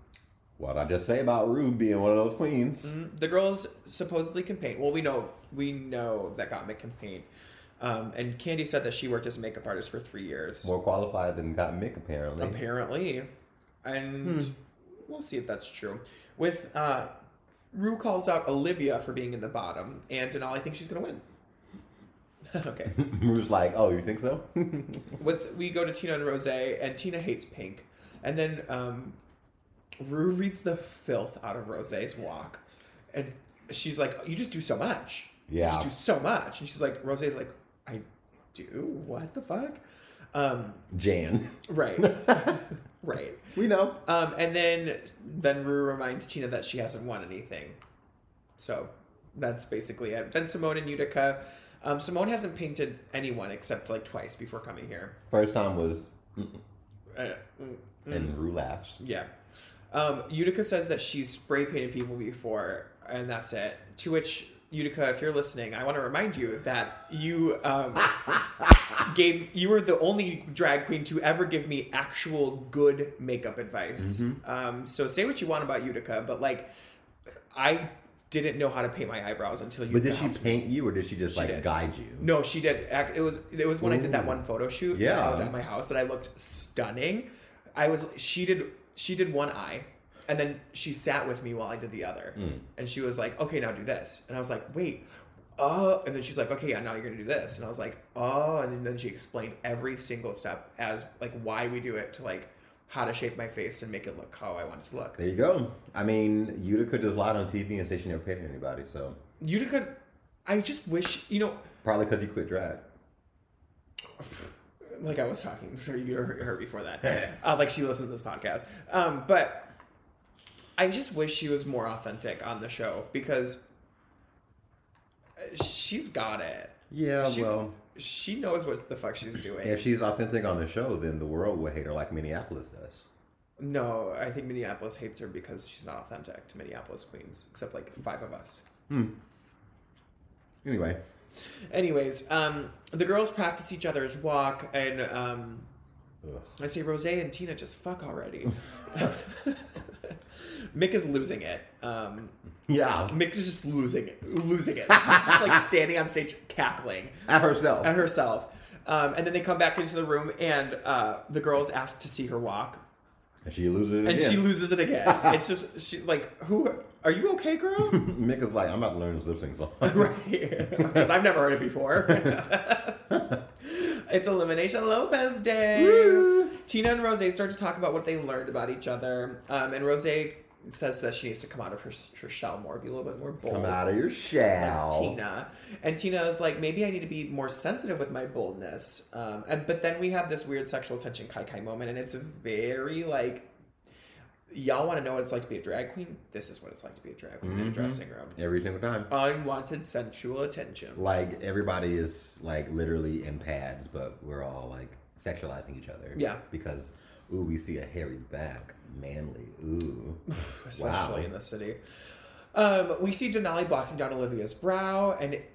[SPEAKER 1] What I just say about Rue being one of those queens?
[SPEAKER 3] the girls supposedly can paint. Well, we know we know that Gottmik can paint. Um, and Candy said that she worked as a makeup artist for three years,
[SPEAKER 1] More qualified than got Mick apparently.
[SPEAKER 3] apparently. And we'll see if that's true. With uh, Rue calls out Olivia for being in the bottom, and Denali thinks she's gonna win. okay.
[SPEAKER 1] Rue's like, oh, you think so?
[SPEAKER 3] With we go to Tina and Rose, and Tina hates pink, and then um, Rue reads the filth out of Rose's walk, and she's like, "You just do so much.
[SPEAKER 1] Yeah.
[SPEAKER 3] you just do so much." And she's like, "Rose's like, I do what the fuck?" Um,
[SPEAKER 1] Jan,
[SPEAKER 3] right, right.
[SPEAKER 1] we know.
[SPEAKER 3] Um, and then then Rue reminds Tina that she hasn't won anything. So that's basically it. Then Simone and Utica. Um, Simone hasn't painted anyone except like twice before coming here.
[SPEAKER 1] First time was,
[SPEAKER 3] Uh, mm,
[SPEAKER 1] and Rue laughs.
[SPEAKER 3] yeah. Um, Utica says that she's spray painted people before, and that's it. To which Utica, if you're listening, I want to remind you that you um, gave you were the only drag queen to ever give me actual good makeup advice.
[SPEAKER 1] Mm-hmm.
[SPEAKER 3] Um, so say what you want about Utica, but like, I didn't know how to paint my eyebrows until you.
[SPEAKER 1] But did she paint you, or did she just like
[SPEAKER 3] did.
[SPEAKER 1] guide you?
[SPEAKER 3] No, she did. Act- It was it was when I did that one photo shoot. that
[SPEAKER 1] Yeah.
[SPEAKER 3] I was at my house that I looked stunning. I was she did she did one eye, and then she sat with me while I did the other, and she was like, "Okay, now do this," and I was like, "Wait." Oh, and then she's like, okay, yeah, now you're gonna do this, and I was like, oh, and then she explained every single step as like why we do it to like how to shape my face and make it look how I want it to look.
[SPEAKER 1] There you go. I mean, Utica just lied on TV and said she never painted anybody, so
[SPEAKER 3] Utica, I just wish you know,
[SPEAKER 1] probably because you quit drag.
[SPEAKER 3] like I was talking to you or her before that, uh, like she listens to this podcast. Um, but I just wish she was more authentic on the show because she's got it.
[SPEAKER 1] Yeah,
[SPEAKER 3] she's,
[SPEAKER 1] well,
[SPEAKER 3] she knows what the fuck she's doing.
[SPEAKER 1] if she's authentic on the show, then the world will hate her like Minneapolis does.
[SPEAKER 3] No, I think Minneapolis hates her because she's not authentic to Minneapolis Queens, except like five of us.
[SPEAKER 1] Anyway,
[SPEAKER 3] Anyways, um, the girls practice each other's walk, and um,
[SPEAKER 1] Ugh.
[SPEAKER 3] I say Rose and Tina just fuck already. Mick is losing it. Um,
[SPEAKER 1] yeah,
[SPEAKER 3] Mick is just losing it, losing it. She's just like standing on stage cackling
[SPEAKER 1] at herself.
[SPEAKER 3] at herself. Um, and then they come back into the room, and uh, the girls ask to see her walk,
[SPEAKER 1] And she loses it
[SPEAKER 3] and
[SPEAKER 1] again.
[SPEAKER 3] she loses it again. it's just she like, who are you okay, girl?
[SPEAKER 1] Mick is like, I'm about to learn this lip sync song.
[SPEAKER 3] right? Because I've never heard it before. it's Elimination Lopez Day.
[SPEAKER 1] Woo.
[SPEAKER 3] Tina and Rose start to talk about what they learned about each other, um, and Rose says that she needs to come out of her, her shell more, be a little bit more bold.
[SPEAKER 1] Come out of your shell.
[SPEAKER 3] Tina. And Tina is like, maybe I need to be more sensitive with my boldness. Um, and but then we have this weird sexual tension kai kai moment, and it's very like, y'all want to know what it's like to be a drag queen? This is what it's like to be a drag queen in
[SPEAKER 1] Mm-hmm.
[SPEAKER 3] a dressing room.
[SPEAKER 1] Every single time.
[SPEAKER 3] Unwanted sensual attention.
[SPEAKER 1] Like everybody is like literally in pads, but we're all like sexualizing each other.
[SPEAKER 3] Yeah.
[SPEAKER 1] Because ooh, we see a hairy back, manly. Ooh.
[SPEAKER 3] especially
[SPEAKER 1] Wow.
[SPEAKER 3] in the city. Um, we see Denali blocking down Olivia's brow, and it-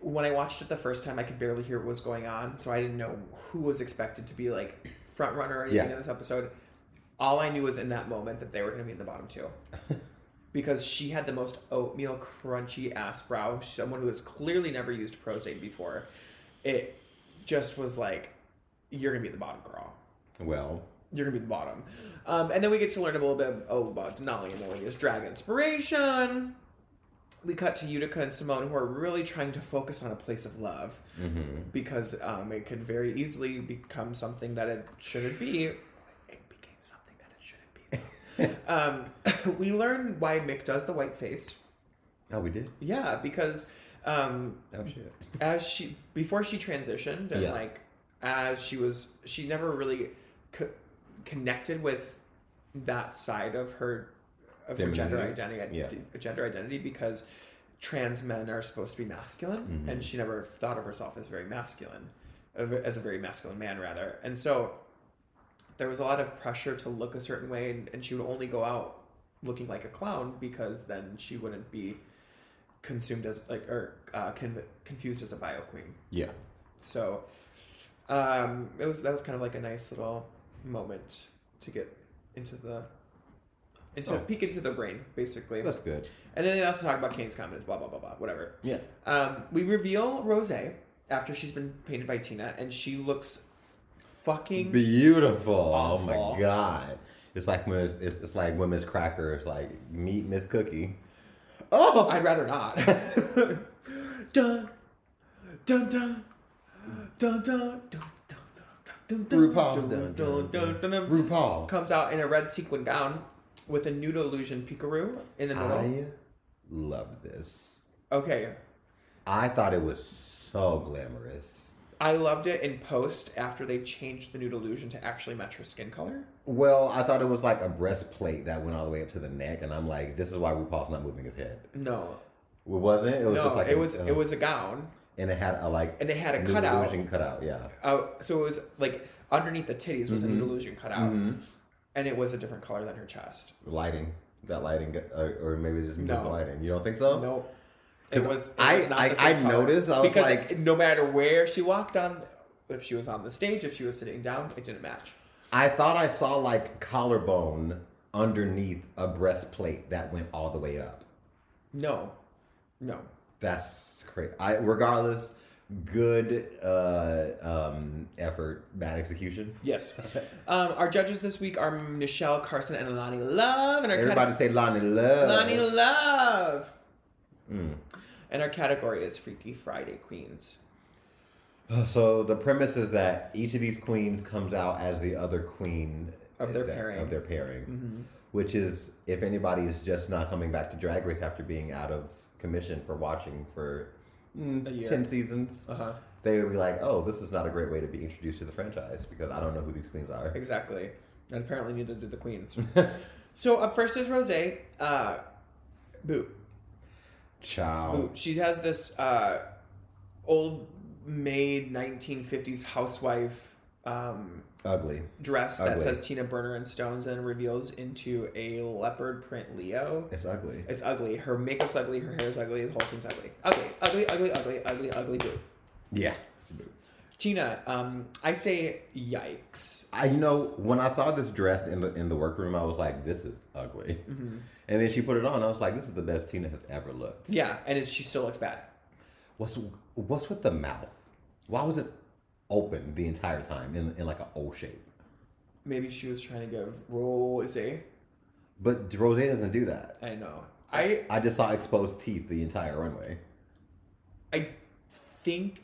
[SPEAKER 3] when I watched it the first time, I could barely hear what was going on, so I didn't know who was expected to be like front runner or anything
[SPEAKER 1] Yeah.
[SPEAKER 3] in this episode. All I knew was in that moment that they were going to be in the bottom two. Because she had the most oatmeal crunchy ass brow, someone who has clearly never used Prozane before. It just was like, you're gonna be the bottom girl
[SPEAKER 1] Well,
[SPEAKER 3] you're gonna be the bottom. Um, and then we get to learn a little bit oh, about Denali and Olivia's drag inspiration. we cut to Utica and Simone, who are really trying to focus on a place of love because um, it could very easily become something that it shouldn't be. It became something that it shouldn't be. um, we learn why Mick does the white face.
[SPEAKER 1] Oh, we did.
[SPEAKER 3] Yeah, because um,
[SPEAKER 1] Oh shit.
[SPEAKER 3] as she before she transitioned and
[SPEAKER 1] Yeah.
[SPEAKER 3] like as she was she never really co- connected with that side of her of her gender
[SPEAKER 1] Femininity?
[SPEAKER 3] identity
[SPEAKER 1] Yeah.
[SPEAKER 3] gender identity because trans men are supposed to be masculine
[SPEAKER 1] Mm-hmm.
[SPEAKER 3] and she never thought of herself as very masculine of- as a very masculine man rather and so there was a lot of pressure to look a certain way and, and she would only go out looking like a clown because then she wouldn't be consumed as like or uh, con- confused as a bio queen.
[SPEAKER 1] Yeah.
[SPEAKER 3] So um, it was that was kind of like a nice little moment to get into the into
[SPEAKER 1] Oh.
[SPEAKER 3] peek into the brain basically.
[SPEAKER 1] That's good.
[SPEAKER 3] And then they also talk about Kane's confidence, blah blah blah blah, whatever.
[SPEAKER 1] Yeah.
[SPEAKER 3] Um, we reveal Rose after she's been painted by Tina, and she looks fucking
[SPEAKER 1] Beautiful. Oh
[SPEAKER 3] Awful.
[SPEAKER 1] my god. It's like when it's, it's, it's like when Miss Cracker is like meet Miss Cookie. Oh,
[SPEAKER 3] I'd rather not. dun, dun, dun, dun, dun, dun, dun, dun, dun, dun,
[SPEAKER 1] RuPaul.
[SPEAKER 3] dun, dun, dun, dun, dun.
[SPEAKER 1] RuPaul.
[SPEAKER 3] comes out in a red sequin gown with a nude illusion peekaroo in the middle.
[SPEAKER 1] I loved this.
[SPEAKER 3] Okay,
[SPEAKER 1] I thought it was so glamorous.
[SPEAKER 3] I loved it in post after they changed the nude illusion to actually match her skin color.
[SPEAKER 1] Well, I thought it was like a breastplate that went all the way up to the neck, and I'm like, this is why RuPaul's not moving his head.
[SPEAKER 3] No,
[SPEAKER 1] It wasn't. It was
[SPEAKER 3] no,
[SPEAKER 1] just like
[SPEAKER 3] it
[SPEAKER 1] a-
[SPEAKER 3] was
[SPEAKER 1] uh,
[SPEAKER 3] it was a gown,
[SPEAKER 1] and it had a like
[SPEAKER 3] and it had a
[SPEAKER 1] nude
[SPEAKER 3] cutout.
[SPEAKER 1] illusion cutout. Yeah,
[SPEAKER 3] Uh, so it was like underneath the titties was a
[SPEAKER 1] Mm-hmm.
[SPEAKER 3] nude illusion cutout, and it was a different color than her chest.
[SPEAKER 1] lighting. That lighting, got- or, or maybe just moved
[SPEAKER 3] No.
[SPEAKER 1] the lighting. You don't think so?
[SPEAKER 3] No. It
[SPEAKER 1] 'Cause
[SPEAKER 3] was. It
[SPEAKER 1] Oh. I-
[SPEAKER 3] was not
[SPEAKER 1] I-
[SPEAKER 3] the same
[SPEAKER 1] I
[SPEAKER 3] color.
[SPEAKER 1] noticed, I was
[SPEAKER 3] because
[SPEAKER 1] like-
[SPEAKER 3] no matter where she walked on, if she was on the stage, if she was sitting down, it didn't match.
[SPEAKER 1] I thought I saw like collarbone underneath a breastplate that went all the way up.
[SPEAKER 3] No, no.
[SPEAKER 1] That's crazy. I regardless, good uh, um, effort, bad execution.
[SPEAKER 3] Yes. um, our judges this week are Michelle Carson and Lonnie Love, and our
[SPEAKER 1] Everybody
[SPEAKER 3] cate-
[SPEAKER 1] say Lonnie Love.
[SPEAKER 3] Lonnie Love.
[SPEAKER 1] Mm.
[SPEAKER 3] And our category is Freaky Friday Queens.
[SPEAKER 1] So the premise is that each of these queens comes out as the other queen
[SPEAKER 3] Of their
[SPEAKER 1] that-
[SPEAKER 3] pairing. Mm-hmm.
[SPEAKER 1] Of their pairing, which is if anybody is just not coming back to Drag Race after being out of commission for watching for mm,
[SPEAKER 3] A year.
[SPEAKER 1] ten seasons,
[SPEAKER 3] Uh-huh.
[SPEAKER 1] they would be like, "Oh, this is not a great way to be introduced to the franchise because I don't know who these queens are."
[SPEAKER 3] Exactly. And apparently neither did the queens. so up first is Rose. Uh, boo. Ooh,
[SPEAKER 1] Ciao.
[SPEAKER 3] she has this uh, old maid 1950s housewife um,
[SPEAKER 1] Ugly.
[SPEAKER 3] dress that
[SPEAKER 1] Ugly.
[SPEAKER 3] says Tina Burner and Stones and reveals into a leopard print Leo.
[SPEAKER 1] It's ugly.
[SPEAKER 3] It's ugly. Her makeup's ugly. Her hair's ugly. The whole thing's ugly. Ugly, ugly, ugly, ugly, ugly, ugly, boo.
[SPEAKER 1] Yeah.
[SPEAKER 3] Tina, um, I say yikes.
[SPEAKER 1] I you know when I saw this dress in the in the workroom, I was like, "This is ugly,"
[SPEAKER 3] Mm-hmm.
[SPEAKER 1] and then she put it on. I was like, "This is the best Tina has ever looked."
[SPEAKER 3] Yeah, and it, she still looks bad.
[SPEAKER 1] What's what's with the mouth? Why was it open the entire time in, in like an O shape?
[SPEAKER 3] Maybe she was trying to give Rose. I
[SPEAKER 1] But Rose doesn't do that.
[SPEAKER 3] know. I
[SPEAKER 1] I just saw exposed teeth the entire runway.
[SPEAKER 3] I think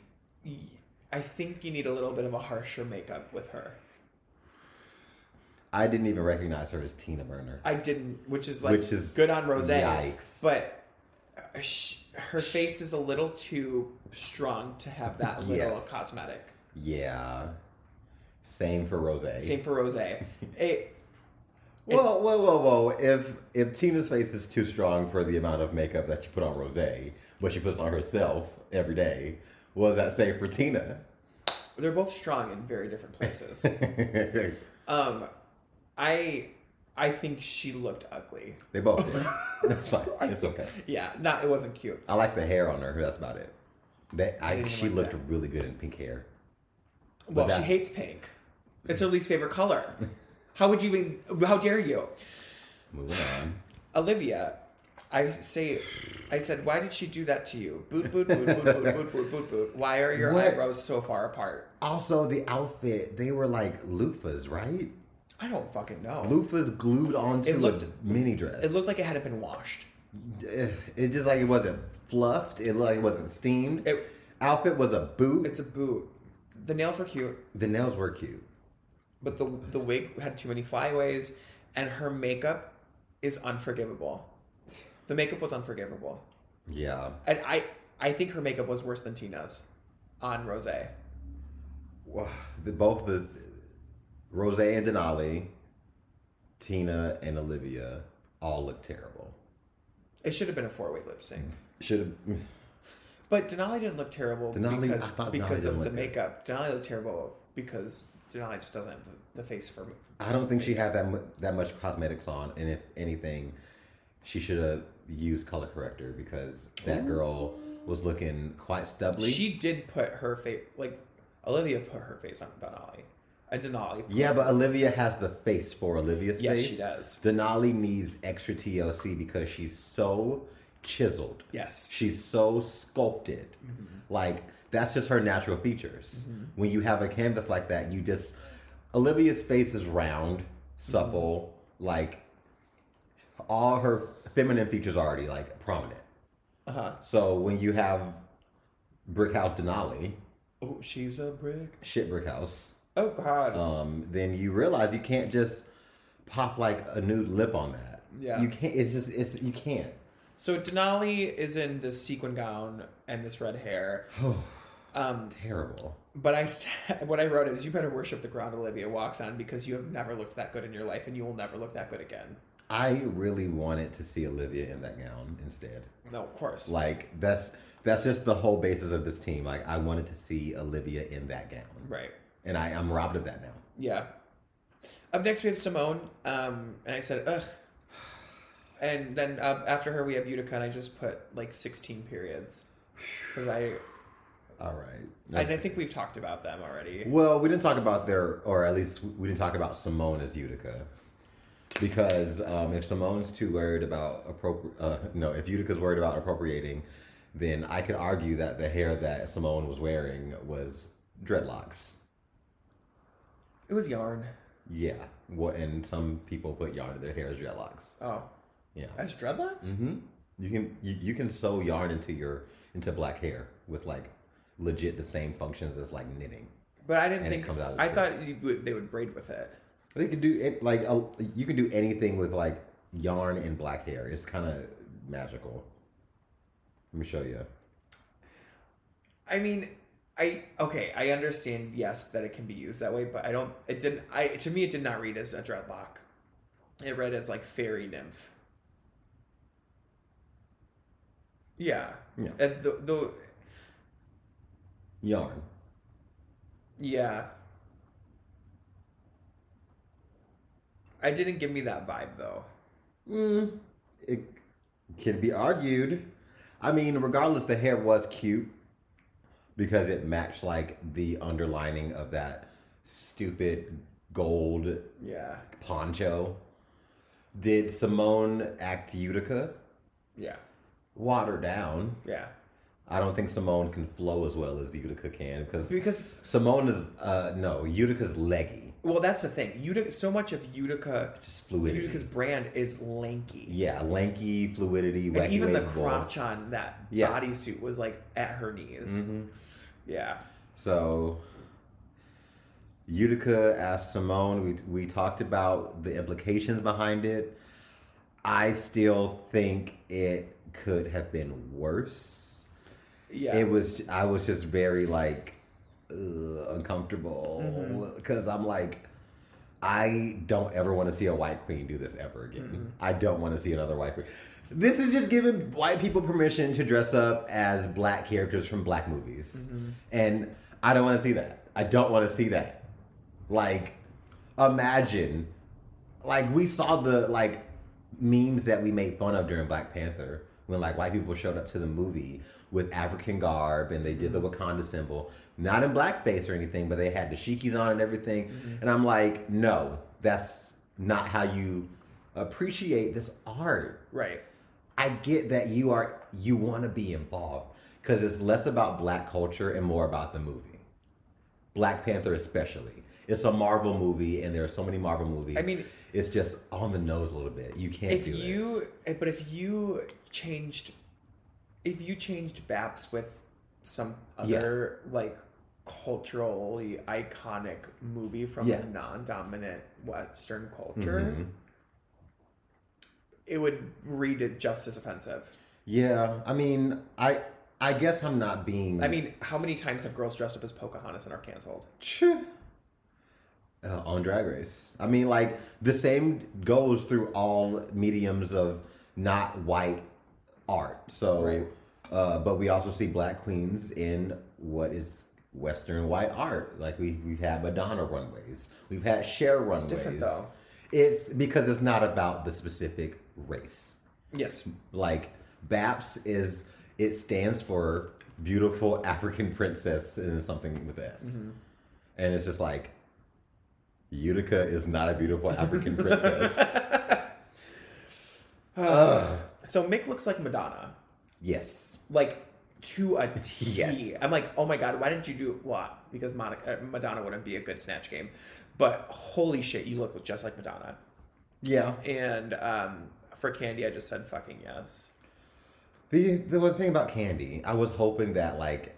[SPEAKER 3] I think you need a little bit of a harsher makeup with her.
[SPEAKER 1] I didn't even recognize her as Tina Burner.
[SPEAKER 3] I didn't, which is like
[SPEAKER 1] Which is
[SPEAKER 3] good on Rose.
[SPEAKER 1] yikes.
[SPEAKER 3] But uh, sh her face is a little too strong to have that little
[SPEAKER 1] Yes.
[SPEAKER 3] cosmetic.
[SPEAKER 1] Yeah. Same for Rose.
[SPEAKER 3] Same for Rose. Eh, It,
[SPEAKER 1] Whoa, whoa, whoa, whoa! If if Tina's face is too strong for the amount of makeup that she put on Rose, but she puts on herself every day, was that safe for Tina?
[SPEAKER 3] they're both strong in very different places. um, I I think she looked ugly.
[SPEAKER 1] they both did. That's fine. It's okay.
[SPEAKER 3] Yeah, not it wasn't cute.
[SPEAKER 1] I like the hair on her. That's about it. That I,
[SPEAKER 3] didn't
[SPEAKER 1] she
[SPEAKER 3] like
[SPEAKER 1] looked
[SPEAKER 3] that.
[SPEAKER 1] really good in pink hair.
[SPEAKER 3] Well, she
[SPEAKER 1] that-
[SPEAKER 3] hates pink. It's her least favorite color. How would you even? How dare you?
[SPEAKER 1] Moving on.
[SPEAKER 3] Olivia, I say, I said, why did she do that to you? Boot, boot, boot, boot, boot, boot, boot, boot, boot. Why are your
[SPEAKER 1] What?
[SPEAKER 3] eyebrows so far apart?
[SPEAKER 1] Also, the outfit they were like loofahs, right?
[SPEAKER 3] I don't fucking know.
[SPEAKER 1] Loofahs glued onto
[SPEAKER 3] It looked-
[SPEAKER 1] a mini dress.
[SPEAKER 3] It looked like it hadn't been washed.
[SPEAKER 1] It just like it wasn't fluffed. It like it wasn't steamed.
[SPEAKER 3] It-
[SPEAKER 1] Outfit was a boot.
[SPEAKER 3] It's a boot. The nails were cute,
[SPEAKER 1] the nails were cute.
[SPEAKER 3] but the the wig had too many flyaways, and her makeup is unforgivable. The makeup was unforgivable,
[SPEAKER 1] Yeah.
[SPEAKER 3] and I I think her makeup was worse than Tina's on Rose.
[SPEAKER 1] Wow. The, both the Rose and Denali, Tina and Olivia all look terrible.
[SPEAKER 3] It should have been a four way lip sync.
[SPEAKER 1] Should have.
[SPEAKER 3] But Denali didn't look terrible
[SPEAKER 1] Denali- I
[SPEAKER 3] because
[SPEAKER 1] thought Denali
[SPEAKER 3] because
[SPEAKER 1] didn't
[SPEAKER 3] of the
[SPEAKER 1] look good.
[SPEAKER 3] makeup. Denali looked terrible because Denali just doesn't have the, the face for me.
[SPEAKER 1] I don't think she had that mu- that much cosmetics on, and if anything, she should have used color corrector because that girl was looking quite stubbly.
[SPEAKER 3] She did put her face like Olivia put her face on Denali, and Denali.
[SPEAKER 1] yeah, but Olivia has the face for Olivia's
[SPEAKER 3] Yes,
[SPEAKER 1] face.
[SPEAKER 3] she does.
[SPEAKER 1] Denali needs extra TLC because she's so chiseled.
[SPEAKER 3] Yes. Mm-hmm.
[SPEAKER 1] She's so sculpted. Like that's just her natural features. When you have a canvas like that, you just Olivia's face is round,
[SPEAKER 3] Mm-hmm.
[SPEAKER 1] supple, like all her feminine features are already like prominent.
[SPEAKER 3] Uh huh.
[SPEAKER 1] So when you have Brickhouse Denali,
[SPEAKER 3] Oh, she's a brick.
[SPEAKER 1] shit Brickhouse,
[SPEAKER 3] Oh God.
[SPEAKER 1] um, then you realize you can't just pop like a nude lip on that.
[SPEAKER 3] Yeah.
[SPEAKER 1] You can't it's just it's you can't.
[SPEAKER 3] so Denali is in this sequin gown and this red hair. um,
[SPEAKER 1] Terrible.
[SPEAKER 3] but I said, what I wrote is you better worship the ground Olivia walks on because you have never looked that good in your life and you will never look that good again.
[SPEAKER 1] I really wanted to see Olivia in that gown instead.
[SPEAKER 3] No, of course.
[SPEAKER 1] Like that's that's just the whole basis of this team. Like I wanted to see Olivia in that gown,
[SPEAKER 3] right.
[SPEAKER 1] and I I'm robbed of that now.
[SPEAKER 3] Yeah. Up next we have Simone, um, and I said ugh. And then uh, after her we have Utica, and I just put like sixteen periods because I
[SPEAKER 1] All right.
[SPEAKER 3] and I think we've talked about them already.
[SPEAKER 1] well, we didn't talk about their, or at least we didn't talk about Simone as Utica, because um, if Simone's too worried about appropriate, uh, no, if Utica's worried about appropriating, then I could argue that the hair that Simone was wearing was dreadlocks.
[SPEAKER 3] It was yarn.
[SPEAKER 1] Yeah. What? And some people put yarn in their hair as dreadlocks.
[SPEAKER 3] Oh,
[SPEAKER 1] Yeah.
[SPEAKER 3] as dreadlocks.
[SPEAKER 1] hmm You can you, you can sew yarn into your into black hair with like legit the same functions as like knitting.
[SPEAKER 3] But I didn't
[SPEAKER 1] And it
[SPEAKER 3] think
[SPEAKER 1] comes out as
[SPEAKER 3] I thought you would, they would braid with it.
[SPEAKER 1] They can do it like a, you can do anything with like yarn and black hair. It's kind of magical. Let me show you.
[SPEAKER 3] I mean, I okay, I understand yes that it can be used that way, but I don't. It didn't. I to me it did not read as a dreadlock. It read as like fairy nymph. Yeah.
[SPEAKER 1] Yeah.
[SPEAKER 3] And the, the
[SPEAKER 1] Yarn.
[SPEAKER 3] yeah. I didn't give me that vibe though.
[SPEAKER 1] Mm, it can be argued. I mean, regardless, the hair was cute because it matched like the underlining of that stupid gold
[SPEAKER 3] Yeah.
[SPEAKER 1] poncho. Did Simone act Utica?
[SPEAKER 3] Yeah.
[SPEAKER 1] Water down.
[SPEAKER 3] Yeah.
[SPEAKER 1] I don't think Simone can flow as well as Utica can because
[SPEAKER 3] Because
[SPEAKER 1] Simone is uh no Utica's leggy,
[SPEAKER 3] well, that's the thing. Utica. So much of Utica.
[SPEAKER 1] just fluidity.
[SPEAKER 3] Utica's brand is lanky.
[SPEAKER 1] yeah, lanky fluidity.
[SPEAKER 3] And
[SPEAKER 1] wacky,
[SPEAKER 3] even the
[SPEAKER 1] wavable.
[SPEAKER 3] crotch on that
[SPEAKER 1] Yeah.
[SPEAKER 3] bodysuit was like at her knees.
[SPEAKER 1] Mhm.
[SPEAKER 3] Yeah.
[SPEAKER 1] So Utica asked Simone. We we talked about the implications behind it. I still think it could have been worse.
[SPEAKER 3] Yeah.
[SPEAKER 1] it was i was just very like ugh, uncomfortable because i'm like i don't ever want to see a white queen do this ever again i don't want to see another white queen this is just giving white people permission to dress up as black characters from black movies and i don't want to see that i don't want to see that like imagine like we saw the like memes that we made fun of during Black Panther when like white people showed up to the movie with African garb and they did the Wakanda symbol, not in blackface or anything, but they had the shikis on and everything. And I'm like, no, that's not how you appreciate this art.
[SPEAKER 3] right.
[SPEAKER 1] I get that you are you want to be involved because it's less about black culture and more about the movie. Black Panther especially. It's a Marvel movie and there are so many Marvel movies.
[SPEAKER 3] I mean-
[SPEAKER 1] It's just on the nose a little bit. You can't
[SPEAKER 3] if
[SPEAKER 1] do it.
[SPEAKER 3] you eh, but if you changed if you changed baps with some
[SPEAKER 1] Yeah.
[SPEAKER 3] other like culturally iconic movie from
[SPEAKER 1] Yeah.
[SPEAKER 3] a non-dominant western culture
[SPEAKER 1] Mhm.
[SPEAKER 3] it would read it just as offensive
[SPEAKER 1] Yeah, I mean, I I guess I'm not being.
[SPEAKER 3] i mean how many times have girls dressed up as pocahontas and are canceled
[SPEAKER 1] Phew. Uh, on Drag Race. I mean, like the same goes through all mediums of not white art. So,
[SPEAKER 3] Right.
[SPEAKER 1] uh, but we also see black queens in what is Western white art. Like we we've had Madonna runways, we've had Cher runways.
[SPEAKER 3] It's different, though.
[SPEAKER 1] It's because it's not about the specific race.
[SPEAKER 3] yes
[SPEAKER 1] Like BAPS is it stands for beautiful African princess and something with S. And it's just like Utica is not a beautiful African princess.
[SPEAKER 3] so mick looks like madonna
[SPEAKER 1] yes.
[SPEAKER 3] like to a T.
[SPEAKER 1] Yes.
[SPEAKER 3] am like, oh my god, why didn't you do what? Because Monica, uh, Madonna wouldn't be a good snatch game, but holy shit, you look just like Madonna.
[SPEAKER 1] Yeah.
[SPEAKER 3] And um, for Candy, I just said fucking yes.
[SPEAKER 1] The the one thing about Candy, I was hoping that like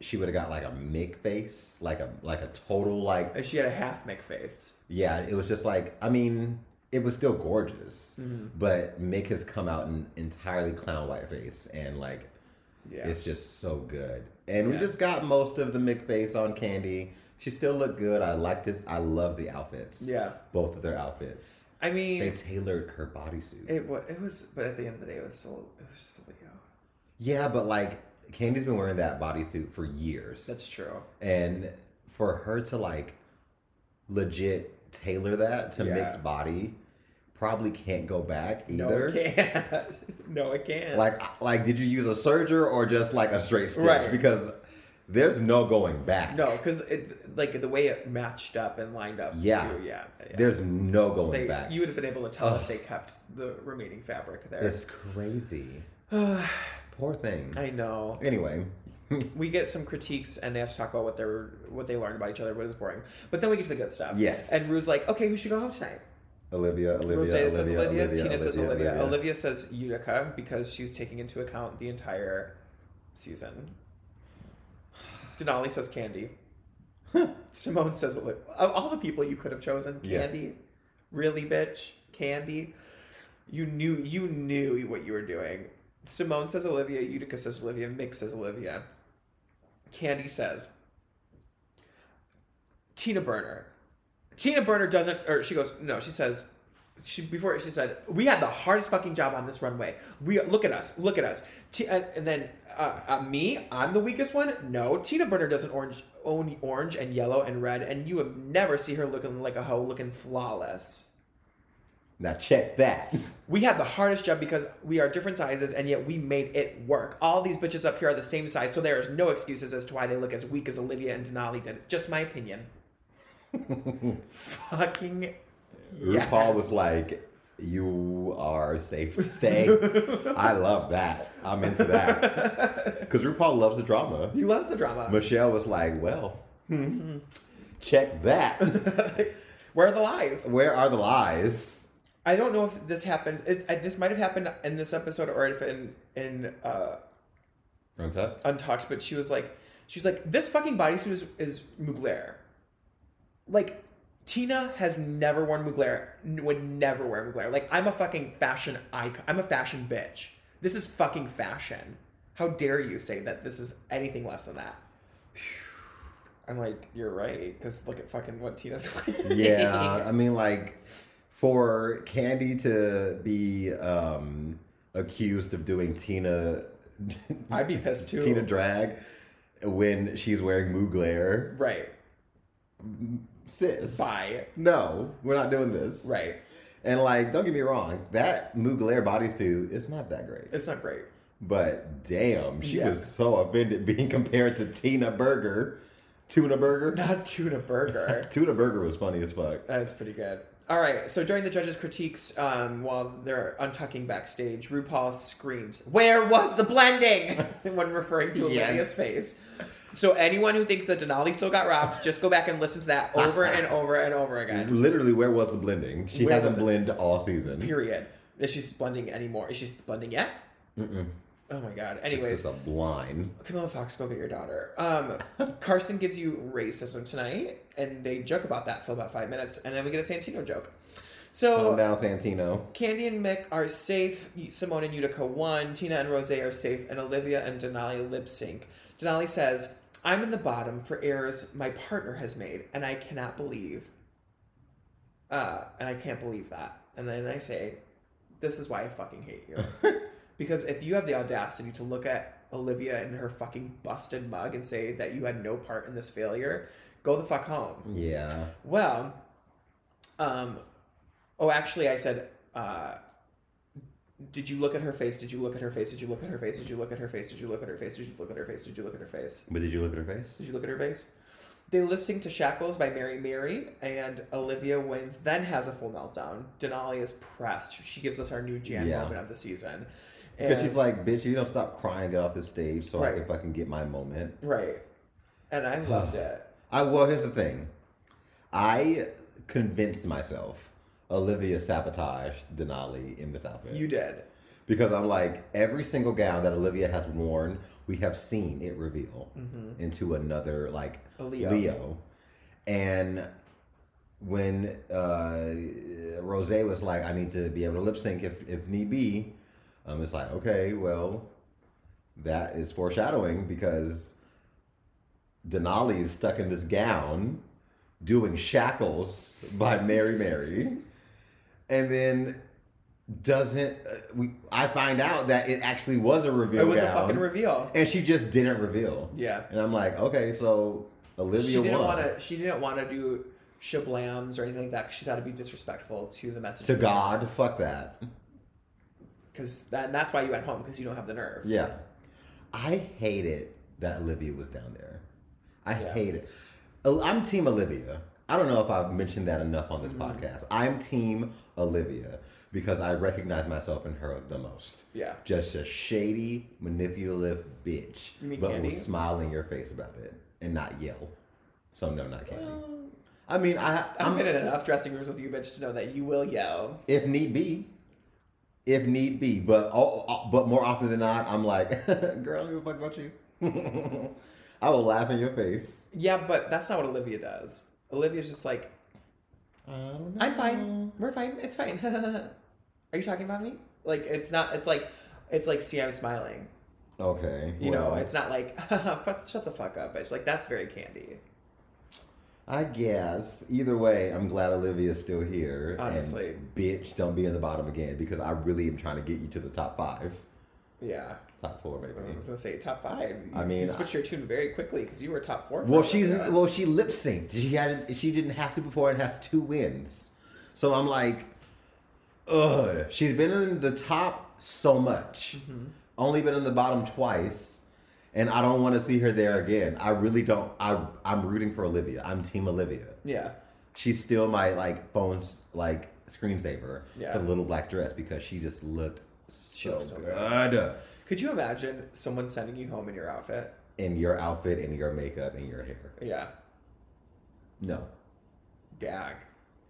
[SPEAKER 1] she would have got like a Mick face, like a like a total like
[SPEAKER 3] If She had a half Mick face.
[SPEAKER 1] yeah, it was just like I mean, it was still gorgeous, but Mick has come out in entirely clown white face and like
[SPEAKER 3] Yeah,
[SPEAKER 1] It's just so good. And we
[SPEAKER 3] Yeah.
[SPEAKER 1] just got most of the McFace on Candy. She still looked good. I like this. I love the outfits.
[SPEAKER 3] Yeah.
[SPEAKER 1] Both of their outfits.
[SPEAKER 3] I mean,
[SPEAKER 1] They tailored her bodysuit.
[SPEAKER 3] it was, it was, but at the end of the day, it was still, it was just a Leo.
[SPEAKER 1] yeah, but like Candy's been wearing that bodysuit for years.
[SPEAKER 3] That's true.
[SPEAKER 1] and for her to like legit tailor that to
[SPEAKER 3] Yeah.
[SPEAKER 1] mix body probably can't go back either.
[SPEAKER 3] No, it can't. no, it can't.
[SPEAKER 1] Like like did you use a serger or just like a straight stitch?
[SPEAKER 3] Right.
[SPEAKER 1] Because there's no going back.
[SPEAKER 3] no, because it like the way it matched up and lined up.
[SPEAKER 1] Yeah.
[SPEAKER 3] too, yeah. yeah.
[SPEAKER 1] There's no going
[SPEAKER 3] They-
[SPEAKER 1] back.
[SPEAKER 3] You would have been able to tell if they kept the remaining fabric there.
[SPEAKER 1] It's crazy. Poor thing.
[SPEAKER 3] I know.
[SPEAKER 1] Anyway,
[SPEAKER 3] We get some critiques, and they have to talk about what they are what they learned about each other, what is boring. But then we get to the good stuff.
[SPEAKER 1] Yes.
[SPEAKER 3] And Rue's like, okay, who should go home tonight?
[SPEAKER 1] Olivia, Olivia,
[SPEAKER 3] Rose
[SPEAKER 1] Olivia,
[SPEAKER 3] says Olivia,
[SPEAKER 1] Olivia,
[SPEAKER 3] Tina says
[SPEAKER 1] Olivia,
[SPEAKER 3] Olivia. Olivia. says Utica because she's taking into account the entire season. Denali says Candy. Simone says Olivia. Of all the people you could have chosen,
[SPEAKER 1] Yeah.
[SPEAKER 3] Candy. Really, bitch? Candy? You knew you knew what you were doing. Simone says Olivia, Utica says Olivia, Mick says Olivia. Candy says Tina Burner. Tina Burner doesn't, or she goes, no, she says, she before she said, we had the hardest fucking job on this runway. We look at us, look at us. T- and, and then uh, uh, me, I'm the weakest one. No, Tina Burner doesn't orange own orange and yellow and red, and you have never see her looking like a hoe, looking flawless.
[SPEAKER 1] Now check that.
[SPEAKER 3] We had the hardest job because we are different sizes and yet we made it work. All these bitches up here are the same size, so there is no excuses as to why they look as weak as Olivia and Denali did. Just my opinion. Fucking
[SPEAKER 1] RuPaul
[SPEAKER 3] yes.
[SPEAKER 1] was like, "You are safe to stay." I love that. I'm into that because RuPaul loves the drama.
[SPEAKER 3] He loves the drama.
[SPEAKER 1] Michelle was like, "Well, hmm, check that.
[SPEAKER 3] Where are the lies?
[SPEAKER 1] Where are the lies?"
[SPEAKER 3] I don't know if this happened. It, I, this might have happened in this episode or if in in uh,
[SPEAKER 1] Untucked.
[SPEAKER 3] Untucked. But she was like, she's like, this fucking bodysuit is is Mugler. Like Tina has never worn Mugler. n- Would never wear Mugler. Like I'm a fucking fashion icon. I'm a fashion bitch. This is fucking fashion. How dare you say that this is anything less than that? I'm like, you're right, because look at fucking what Tina's wearing.
[SPEAKER 1] yeah, I mean, like for Candy to be um, accused of doing Tina,
[SPEAKER 3] I'd be pissed too.
[SPEAKER 1] Tina drag when she's wearing Mugler,
[SPEAKER 3] Right.
[SPEAKER 1] sis.
[SPEAKER 3] Bye.
[SPEAKER 1] No, we're not doing this.
[SPEAKER 3] Right.
[SPEAKER 1] And like, don't get me wrong, that Mugler bodysuit is not that great.
[SPEAKER 3] It's not great.
[SPEAKER 1] But damn, she
[SPEAKER 3] Yeah.
[SPEAKER 1] was so offended being compared to Tina Burger, Tuna Burger.
[SPEAKER 3] Not tuna burger.
[SPEAKER 1] Tuna Burger was funny as fuck.
[SPEAKER 3] That's pretty good. All right. So during the judges' critiques, um, while they're untucking backstage, RuPaul screams, "Where was the blending?" when referring to
[SPEAKER 1] Yes.
[SPEAKER 3] Olivia's face. So anyone who thinks that Denali still got robbed, just go back and listen to that over and over and over again.
[SPEAKER 1] Literally, where was the blending? She
[SPEAKER 3] Where
[SPEAKER 1] hasn't
[SPEAKER 3] was it?
[SPEAKER 1] blended all season.
[SPEAKER 3] Period. Is she blending anymore? Is she blending yet? Oh my god.
[SPEAKER 1] This
[SPEAKER 3] Anyways,
[SPEAKER 1] is a blind.
[SPEAKER 3] Camilla Fox, go get your daughter. Um, Carson gives you racism tonight, and they joke about that for about five minutes, and then we get a Santino joke. So Oh.
[SPEAKER 1] Calm down, Santino.
[SPEAKER 3] Candy and Mick are safe. Simone and Utica won. Tina and Rose are safe, and Olivia and Denali lip sync. Denali says, "I'm in the bottom for errors my partner has made, and I cannot believe, uh, and I can't believe that." And then I say, "This is why I fucking hate you, because if you have the audacity to look at Olivia and her fucking busted mug and say that you had no part in this failure, go the fuck home."
[SPEAKER 1] Yeah.
[SPEAKER 3] Well, um, oh, actually, I said, uh, did you look at her face? Did you look at her face? Did you look at her face? Did you look at her face? Did you look at her face? Did you look at her face? Did you look at her face?
[SPEAKER 1] But did you look at her face?
[SPEAKER 3] Did you look at her face? They lip sync to Shackles by Mary Mary, and Olivia wins, then has a full meltdown. Denali is pressed. She gives us our new Jan
[SPEAKER 1] Yeah.
[SPEAKER 3] moment of the season.
[SPEAKER 1] Because
[SPEAKER 3] And-
[SPEAKER 1] she's like, bitch, you don't stop crying, get off the stage so I
[SPEAKER 3] Right.
[SPEAKER 1] can fucking get my moment.
[SPEAKER 3] right. And I loved it.
[SPEAKER 1] I well, here's the thing. I convinced myself Olivia sabotaged Denali in this outfit.
[SPEAKER 3] You did.
[SPEAKER 1] because I'm like, every single gown that Olivia has worn, we have seen it reveal into another like
[SPEAKER 3] Mm-hmm. A Leo.
[SPEAKER 1] And when uh, Rose was like, I need to be able to lip sync if, if need be, um, it's like, okay, well, that is foreshadowing because Denali is stuck in this gown doing Shackles by Mary Mary. And then doesn't uh, we I find out that it actually was a reveal.
[SPEAKER 3] It was a
[SPEAKER 1] gown,
[SPEAKER 3] fucking reveal.
[SPEAKER 1] And she just didn't reveal.
[SPEAKER 3] Yeah.
[SPEAKER 1] And I'm like, okay, so Olivia
[SPEAKER 3] she didn't
[SPEAKER 1] won
[SPEAKER 3] want to. She didn't want to do shablams or anything like that. 'cause She thought it'd be disrespectful to the message
[SPEAKER 1] to God. Fuck that.
[SPEAKER 3] Because that, and that's why you went home because you don't have the nerve.
[SPEAKER 1] Yeah. I hate it that Olivia was down there. I
[SPEAKER 3] Yeah.
[SPEAKER 1] hate it. Ol- I'm Team Olivia. I don't know if I've mentioned that enough on
[SPEAKER 3] Mm-hmm.
[SPEAKER 1] this podcast. I'm Team Olivia because I recognize myself in her the most.
[SPEAKER 3] Yeah.
[SPEAKER 1] Just a shady, manipulative bitch,
[SPEAKER 3] You mean
[SPEAKER 1] but
[SPEAKER 3] Candy?
[SPEAKER 1] will smile in your face about it and not yell. So no, not Candy. I mean, I
[SPEAKER 3] I've
[SPEAKER 1] I'm,
[SPEAKER 3] been in enough dressing rooms with you, bitch, to know that you will yell.
[SPEAKER 1] if need be, if need be. But all, all- but more often than not, I'm like, girl, I don't give a fuck about you. I will laugh in your face.
[SPEAKER 3] Yeah, but that's not what Olivia does. Olivia's just like,
[SPEAKER 1] I don't know.
[SPEAKER 3] I'm fine. We're fine. It's fine. Are you talking about me? Like, it's not. It's like, it's like, see, I'm smiling.
[SPEAKER 1] Okay.
[SPEAKER 3] You know,
[SPEAKER 1] well,
[SPEAKER 3] it's not like, fuck- shut the fuck up, bitch. Like, that's very candy.
[SPEAKER 1] I guess either way, I'm glad Olivia's still here. and
[SPEAKER 3] Honestly.
[SPEAKER 1] bitch, don't be in the bottom again because I really am trying to get you to the top five,
[SPEAKER 3] Yeah.
[SPEAKER 1] top four maybe.
[SPEAKER 3] I was gonna say top five. You,
[SPEAKER 1] I mean,
[SPEAKER 3] you switched your tune very quickly because you were top four. for
[SPEAKER 1] Well,
[SPEAKER 3] a
[SPEAKER 1] she's
[SPEAKER 3] minute.
[SPEAKER 1] well, she lip synced. She had she didn't have to before and has two wins. So I'm like, ugh. She's been in the top so much,
[SPEAKER 3] Mm-hmm.
[SPEAKER 1] only been in the bottom twice, and I don't want to see her there again. I really don't. I I'm rooting for Olivia. I'm Team Olivia.
[SPEAKER 3] yeah,
[SPEAKER 1] She's still my like phone's like screensaver
[SPEAKER 3] Yeah.
[SPEAKER 1] for the little black dress because she just looked
[SPEAKER 3] She
[SPEAKER 1] so,
[SPEAKER 3] looks so
[SPEAKER 1] good.
[SPEAKER 3] good. could you imagine someone sending you home in your outfit?
[SPEAKER 1] in your outfit, in your makeup, in your hair.
[SPEAKER 3] Yeah,
[SPEAKER 1] No,
[SPEAKER 3] gag.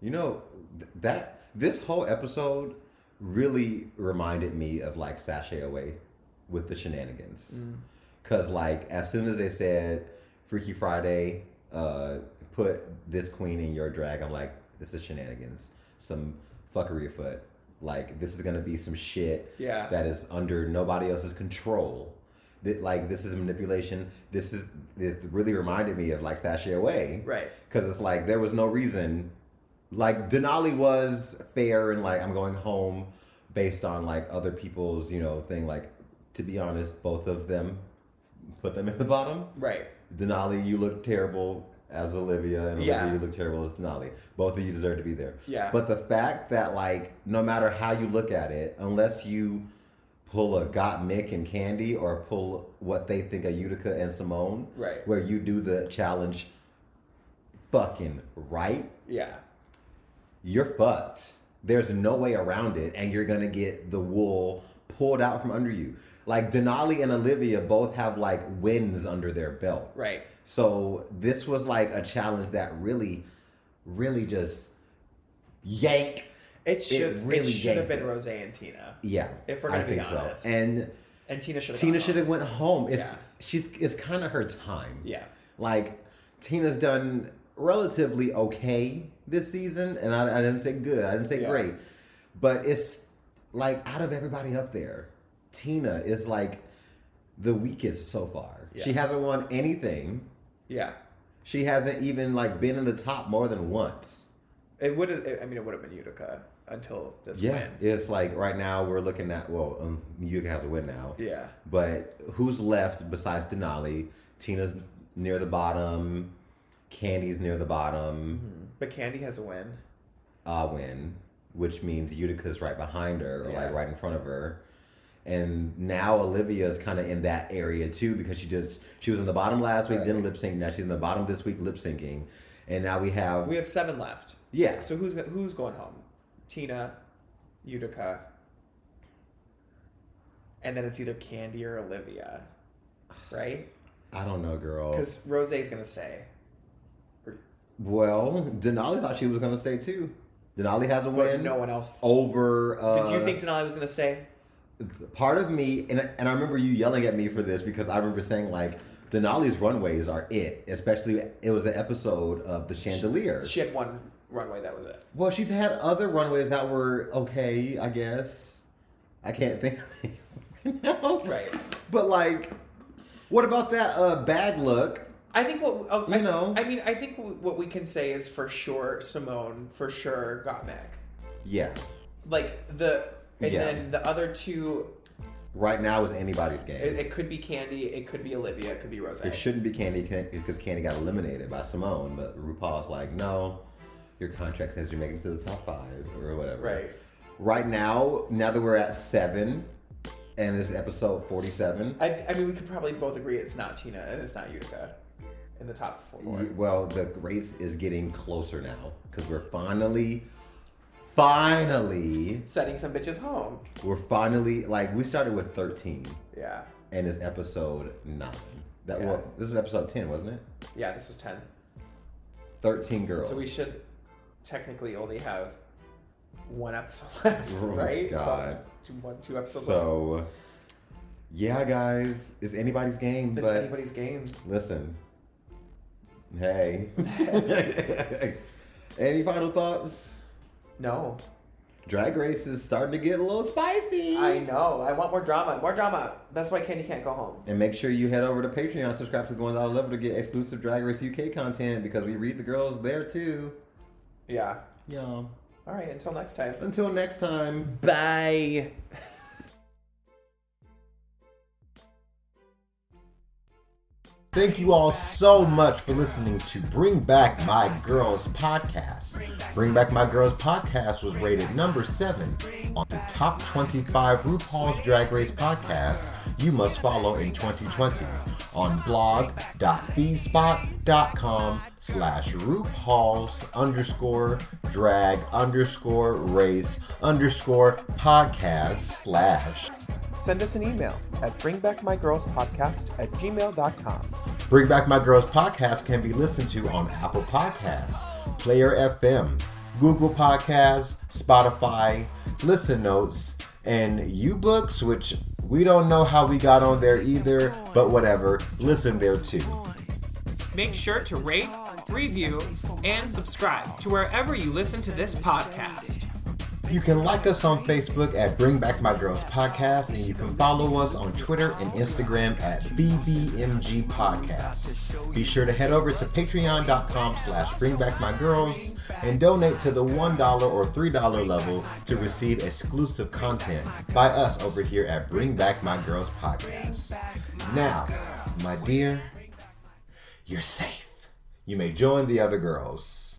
[SPEAKER 1] You know th- that this whole episode really reminded me of like Sashay Away with the shenanigans, because like as soon as they said Freaky Friday, uh, put this queen in your drag, I'm like, this is shenanigans, some fuckery afoot. Like this is gonna be some shit
[SPEAKER 3] Yeah.
[SPEAKER 1] that is under nobody else's control. That like this is manipulation. This is it really reminded me of like Sashay Away,
[SPEAKER 3] Right.
[SPEAKER 1] because it's like there was no reason. Like Denali was fair and like I'm going home based on like other people's you know thing. Like to be honest, both of them put them in the bottom.
[SPEAKER 3] Right.
[SPEAKER 1] Denali, you look terrible as Olivia, and Olivia,
[SPEAKER 3] Yeah.
[SPEAKER 1] you look terrible as Denali. Both of you deserve to be there.
[SPEAKER 3] Yeah.
[SPEAKER 1] But the fact that like no matter how you look at it, unless you pull a got Mick and Candy or pull what they think of Utica and Simone,
[SPEAKER 3] Right.
[SPEAKER 1] where you do the challenge fucking right,
[SPEAKER 3] Yeah.
[SPEAKER 1] you're fucked. There's no way around it, and you're gonna get the wool pulled out from under you. Like Denali and Olivia both have like wins under their belt.
[SPEAKER 3] Right.
[SPEAKER 1] So this was like a challenge that really, really just yank.
[SPEAKER 3] It should
[SPEAKER 1] really
[SPEAKER 3] it should
[SPEAKER 1] yanked
[SPEAKER 3] have been
[SPEAKER 1] it.
[SPEAKER 3] Rose and Tina.
[SPEAKER 1] Yeah,
[SPEAKER 3] If we're gonna
[SPEAKER 1] I
[SPEAKER 3] be
[SPEAKER 1] think
[SPEAKER 3] honest.
[SPEAKER 1] so. And
[SPEAKER 3] And Tina should have
[SPEAKER 1] Tina
[SPEAKER 3] gone
[SPEAKER 1] should
[SPEAKER 3] home.
[SPEAKER 1] have went home. It's
[SPEAKER 3] Yeah.
[SPEAKER 1] she's it's kind of her time.
[SPEAKER 3] Yeah.
[SPEAKER 1] Like Tina's done relatively okay this season, and I, I didn't say good, I didn't say
[SPEAKER 3] Yeah.
[SPEAKER 1] great, but it's like out of everybody up there, Tina is like the weakest so far.
[SPEAKER 3] Yeah.
[SPEAKER 1] She hasn't won anything.
[SPEAKER 3] Yeah.
[SPEAKER 1] She hasn't even like been in the top more than once.
[SPEAKER 3] It would have I mean it would have been Utica until this
[SPEAKER 1] Yeah,
[SPEAKER 3] win.
[SPEAKER 1] it's like right now we're looking at well, um, Yuka has a win now.
[SPEAKER 3] Yeah.
[SPEAKER 1] But who's left besides Denali? Tina's near the bottom. Candy's near the bottom.
[SPEAKER 3] But Candy has a win.
[SPEAKER 1] Ah win, which means Utica's right behind her, or
[SPEAKER 3] Yeah.
[SPEAKER 1] like right in front of her. And now Olivia's kind of in that area too because she just she was in the bottom last week, then
[SPEAKER 3] Right.
[SPEAKER 1] lip sync. Now she's in the bottom this week, lip syncing. And now we have,
[SPEAKER 3] We have seven left.
[SPEAKER 1] yeah,
[SPEAKER 3] So who's go- who's going home? Tina, Utica, and then it's either Candy or Olivia, right?
[SPEAKER 1] I don't know, girl.
[SPEAKER 3] Because Rose's gonna stay.
[SPEAKER 1] Well, Denali thought she was gonna stay too. Denali has a
[SPEAKER 3] But
[SPEAKER 1] win
[SPEAKER 3] no one else.
[SPEAKER 1] over. Uh,
[SPEAKER 3] Did you think Denali was gonna stay?
[SPEAKER 1] part of me, and and I remember you yelling at me for this because I remember saying like Denali's runways are it, especially it was the episode of the chandelier.
[SPEAKER 3] She had one runway. That was it.
[SPEAKER 1] well, she's had other runways that were okay, I guess. I can't think. of it right now.
[SPEAKER 3] Right.
[SPEAKER 1] But like, what about that uh, bag look?
[SPEAKER 3] I think what oh,
[SPEAKER 1] You
[SPEAKER 3] I,
[SPEAKER 1] know.
[SPEAKER 3] I mean, I think w- what we can say is for sure Simone, for sure got Mac.
[SPEAKER 1] Yeah.
[SPEAKER 3] Like the and
[SPEAKER 1] Yeah.
[SPEAKER 3] then the other two,
[SPEAKER 1] Right now is anybody's game.
[SPEAKER 3] it, it could be Candy, it could be Olivia, it could be Rose.
[SPEAKER 1] It shouldn't be Candy Can- because Candy got eliminated by Simone, but RuPaul's like, no, your contract says you're making it to the top five or whatever.
[SPEAKER 3] Right.
[SPEAKER 1] Right now, now that we're at seven, and it's episode 47,
[SPEAKER 3] I, I mean, we could probably both agree it's not Tina and it's not Utica in the top four.
[SPEAKER 1] y- well, the race is getting closer now because we're finally, finally,
[SPEAKER 3] Setting some bitches home.
[SPEAKER 1] we're finally, like, we started with 13,
[SPEAKER 3] Yeah.
[SPEAKER 1] and it's episode nine. That
[SPEAKER 3] Yeah.
[SPEAKER 1] well, this is episode 10, wasn't it?
[SPEAKER 3] Yeah, this was 10.
[SPEAKER 1] 13 girls.
[SPEAKER 3] So we should technically only have one episode left,
[SPEAKER 1] Oh my
[SPEAKER 3] right?
[SPEAKER 1] God.
[SPEAKER 3] Well, Two, one, two episodes left.
[SPEAKER 1] So, uh, yeah, guys, it's anybody's game.
[SPEAKER 3] It's
[SPEAKER 1] but
[SPEAKER 3] anybody's game.
[SPEAKER 1] listen, hey. Any final thoughts?
[SPEAKER 3] No.
[SPEAKER 1] Drag Race is starting to get a little spicy.
[SPEAKER 3] I know. I want more drama. More drama. That's why Candy can't go home.
[SPEAKER 1] and make sure you head over to Patreon, subscribe to the one dollar level to get exclusive Drag Race UK content because we read the girls there too.
[SPEAKER 3] Yeah.
[SPEAKER 1] Yeah.
[SPEAKER 3] All right. Until next time.
[SPEAKER 1] Until next time.
[SPEAKER 3] Bye.
[SPEAKER 1] Thank you all so much for listening to Bring Back My Girls podcast. Bring Back My Girls podcast was rated number seven on the top 25 RuPaul's Drag Race podcasts you must follow in 2020 on blog.feedspot.com slash RuPaul's underscore drag underscore race underscore podcast slash.
[SPEAKER 3] Send us an email at bringbackmygirlspodcast at gmail.com.
[SPEAKER 1] Bring Back My Girls podcast can be listened to on Apple Podcasts, Player FM, Google Podcasts, Spotify, Listen Notes, and UBooks, which we don't know how we got on there either, but whatever. Listen there too.
[SPEAKER 4] Make sure to rate, review, and subscribe to wherever you listen to this podcast.
[SPEAKER 1] You can like us on Facebook at Bring Back My Girls Podcast, and you can follow us on Twitter and Instagram at BBMG Podcast. Be sure to head over to patreon.com slash Bring Back My Girls and donate to the $1 or $3 level to receive exclusive content by us over here at Bring Back My Girls Podcast. Now, my dear, you're safe. You may join the other girls.